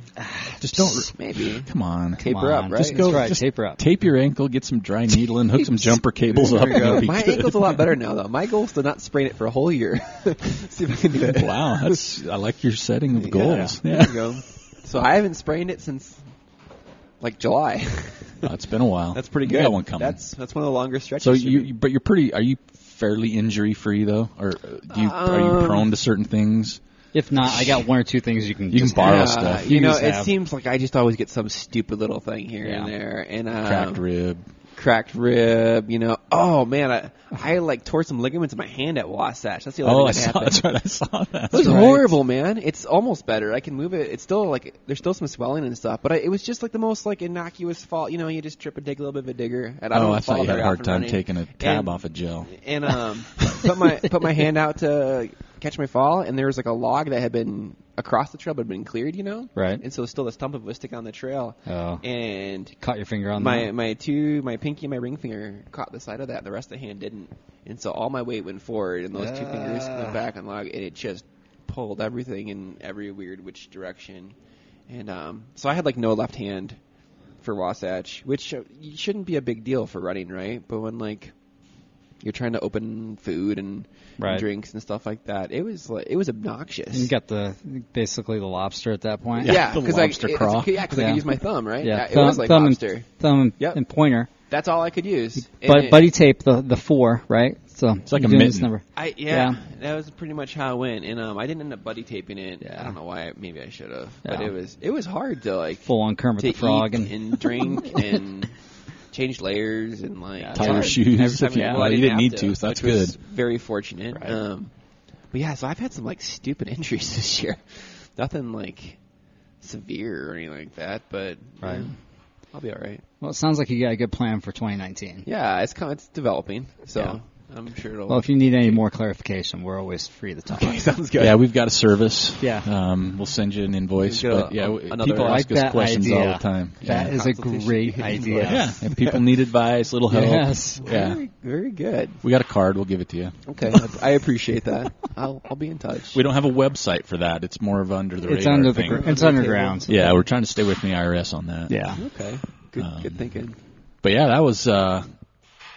S1: Just don't.
S3: Maybe.
S1: Come on.
S3: Tape her
S2: on,
S3: up, right?
S2: just go- That's right,
S1: just
S2: tape her up.
S1: Tape your ankle, get some dry needle, and hook some jumper cables up.
S3: There you
S1: You'll
S3: go.
S1: be
S3: My
S1: good.
S3: ankle's a lot better now, though. My goal is to not sprain it for a whole year. See if I can do it.
S1: Wow, that's I like your setting of
S3: Yeah.
S1: goals. Yeah,
S3: There you go. So I haven't sprained it since like July.
S1: it's been a while.
S3: that's pretty
S1: We
S3: good.
S1: Got one coming.
S3: That's that's one of the longer stretches.
S1: so
S3: for
S1: you,
S3: me.
S1: you- but you're pretty. Are you fairly injury free though, or uh, do you are you
S3: Um,
S1: prone to certain things?
S2: If not, I got one or two things you can
S1: You can
S2: just
S1: borrow
S3: Yeah,
S1: stuff.
S3: You,
S2: You
S3: know,
S2: just
S3: it
S2: have-
S3: seems like I just always get some stupid little thing here and
S2: Yeah.
S3: there, and um,
S1: Cracked rib.
S3: cracked rib. You know, oh man, I I like tore some ligaments in my hand at Wasatch. That's the only
S1: Oh, I
S3: thing that
S1: saw.
S3: happened.
S1: That's right. I saw that.
S3: It was
S1: Right.
S3: horrible, man. It's almost better. I can move it. It's still like there's still some swelling and stuff, but I, it was just like the most like innocuous fall. You know, you just trip and take a little bit of a digger. And I don't
S1: Oh, I thought
S3: fall
S1: you had
S3: very
S1: a hard
S3: often
S1: time
S3: running.
S1: taking a tab
S3: And-
S1: off a gel.
S3: And um, put my put my hand out to catch my fall, and there was like a log that had been across the trail but had been cleared. You know,
S2: Right.
S3: And so still the stump of it was sticking on the trail,
S2: Oh.
S3: and
S2: Caught your finger on
S3: my
S2: that.
S3: my two my pinky and my ring finger caught the side of that. The rest of the hand didn't, and so all my weight went forward, and those two fingers
S2: Ah.
S3: went back and log, and it just pulled everything in every weird which direction. And um, so I had like no left hand for Wasatch, which uh, you shouldn't be a big deal for running, right? But when like you're trying to open food and
S2: Right.
S3: drinks and stuff like that, it was like it was obnoxious.
S2: And you got the basically the lobster at that point.
S3: yeah,
S1: the
S3: because I,
S1: lobster
S3: it's-
S1: craw.
S3: yeah, 'cause I
S2: Yeah.
S3: could use my thumb, right?
S2: Yeah.
S3: it was like
S2: thumb
S3: lobster.
S2: And, thumb and,
S3: Yep.
S2: and pointer.
S3: That's all I could use. And
S2: But
S3: it-
S2: buddy tape the the four right. So it's
S1: like a
S2: doing this
S1: mitten.
S2: number.
S3: I yeah,
S2: Yeah.
S3: that was pretty much how it went, and um, I didn't end up buddy taping it.
S2: Yeah.
S3: I don't know why. Maybe I should have, but
S2: Yeah.
S3: it was it was hard to like
S2: Full on Kermit
S3: to
S2: the Frog
S3: eat
S2: and,
S3: drink and changed layers and like
S2: Yeah,
S1: Tie your
S2: hard.
S1: shoes if you,
S3: well,
S1: well,
S3: I
S1: you didn't
S3: have
S1: need to. so that's
S3: which
S1: good.
S3: was very fortunate.
S2: Right.
S3: Um, but yeah, so I've had some like stupid injuries this year. Nothing like severe or anything like that, but
S2: Right.
S3: yeah, I'll be all right.
S2: Well, it sounds like you got a good plan for 2019.
S3: Yeah, it's kind of, it's developing, so
S2: Yeah.
S3: I'm sure it'll.
S2: Well, if you need any more clarification, we're always free to talk.
S3: sounds good.
S1: Yeah, we've got a service.
S2: Yeah.
S1: Um, we'll send you an invoice.
S3: We've got
S1: But
S3: a-
S1: yeah,
S3: a-
S1: w-
S3: another-
S1: people
S3: I like
S1: ask us
S2: that
S1: questions
S2: idea.
S1: all the time.
S2: That
S1: yeah.
S2: is a
S3: Consultation.
S2: great idea.
S1: yeah. If people need advice, little help.
S2: Yes.
S1: Yeah.
S3: Very, very good.
S1: We got a card. We'll give it to you.
S3: Okay, I- I appreciate that. I'll I'll be in touch.
S1: We don't have a website for that. It's more of under the
S2: It's
S1: radar
S2: under the
S1: thing.
S2: gr- it's
S3: Okay.
S2: underground.
S1: yeah, we're trying to stay away from the IRS on that.
S2: Yeah.
S3: Okay, good
S1: Um,
S3: good thinking.
S1: But yeah, that was uh,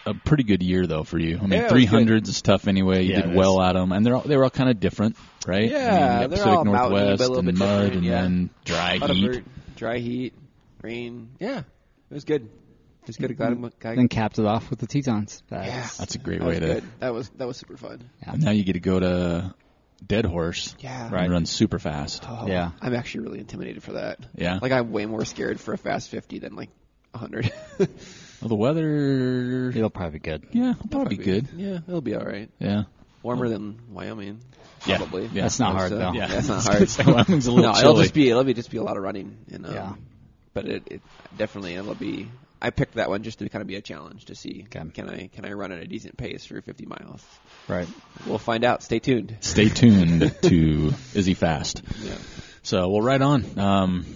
S1: a pretty good year though for you. I mean,
S3: Yeah, it was
S1: 300s is tough anyway. You
S2: Yeah, it
S1: did
S2: is.
S1: well at them, and they're all, they were all kind of different, right?
S3: Yeah,
S1: I mean, you got
S3: they're
S1: Pacific
S3: all mountainy, but a
S1: Northwest
S3: little
S1: and
S3: bit
S1: mud,
S3: different,
S1: and
S3: yeah.
S1: then dry
S3: Lot of
S1: heat.
S3: vert- dry heat, rain. Yeah, it was good. It was good. Glad I'm, glad-
S2: Then capped it off with the Tetons.
S3: yeah,
S2: That's,
S1: That's a great
S3: that
S1: way
S3: was
S1: to.
S3: good. That was that was super fun.
S1: And now you get to go to Dead Horse.
S3: Yeah.
S1: and run super fast.
S3: Oh,
S2: Yeah.
S3: I'm actually really intimidated for that.
S1: Yeah.
S3: like I'm way more scared for a fast fifty than like hundred.
S1: Well, the weather.
S2: It'll probably be good.
S1: Yeah, it'll probably be good.
S3: Yeah, it'll be all right.
S1: Yeah.
S3: Warmer than Wyoming,
S1: Yeah.
S3: probably.
S1: Yeah.
S2: That's not hard
S3: So,
S2: though.
S1: Yeah.
S3: that's not hard.
S1: So Wyoming's a little
S3: no, it'll
S1: chilly.
S3: just be it'll be just be a lot of running. And, um,
S2: Yeah.
S3: But it, it definitely it'll be. I picked that one just to kind of be a challenge to see
S2: Okay.
S3: can I can I run at a decent pace for 50 miles.
S2: Right.
S3: We'll find out. Stay tuned.
S1: Stay tuned to Izzy Fast.
S3: Yeah.
S1: So, well, right on. Um,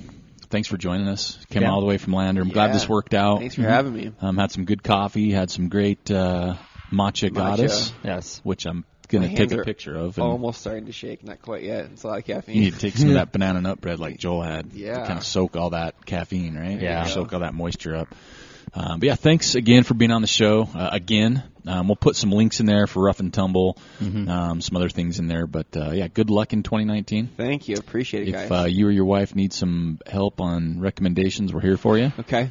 S1: thanks for joining us. Came
S2: Yeah.
S1: all the way from Lander. I'm glad
S3: Yeah.
S1: this worked out.
S3: Thanks for having me.
S1: Um, had some good coffee. Had some great uh, matcha, goddess,
S2: Yes.
S1: which I'm gonna
S3: My hands
S1: take a
S3: are
S1: picture of. and
S3: Almost starting to shake. Not quite yet. It's a lot of caffeine.
S1: You need to take some of that banana nut bread like Joel had.
S3: Yeah.
S1: kind of soak all that caffeine, right?
S2: Yeah.
S1: Soak all that moisture up. Um, but yeah, thanks again for being on the show. Uh, again, um, we'll put some links in there for Rough and Tumble,
S3: Mm-hmm.
S1: um, some other things in there. But uh, yeah, good luck in 2019.
S3: Thank you. Appreciate it, guys.
S1: If uh, you or your wife need some help on recommendations, we're here for you.
S3: okay.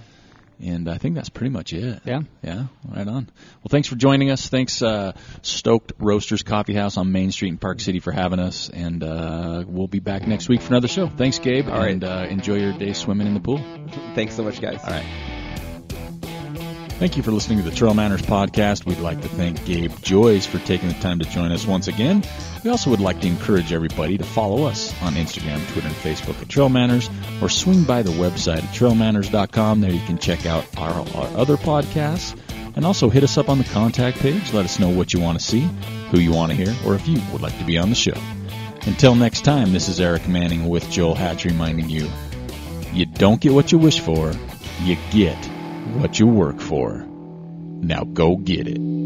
S1: And I think that's pretty much it.
S2: Yeah.
S1: Yeah. Right on. Well, thanks for joining us. Thanks, uh, Stoked Roasters Coffee House on Main Street in Park City for having us. And uh, we'll be back next week for another show. Thanks, Gabe.
S3: All right.
S1: And uh, enjoy your day swimming in the pool.
S3: Thanks so much, guys.
S1: All right. Thank you for listening to the Trail Manners podcast. We'd like to thank Gabe Joyce for taking the time to join us once again. We also would like to encourage everybody to follow us on Instagram, Twitter, and Facebook at Trail Manners, or swing by the website at trailmanners.com. There you can check out our, our other podcasts, and also hit us up on the contact page. Let us know what you want to see, who you want to hear, or if you would like to be on the show. Until next time, this is Eric Manning with Joel Hatch reminding you you don't get what you wish for, you get what you work for. Now go get it.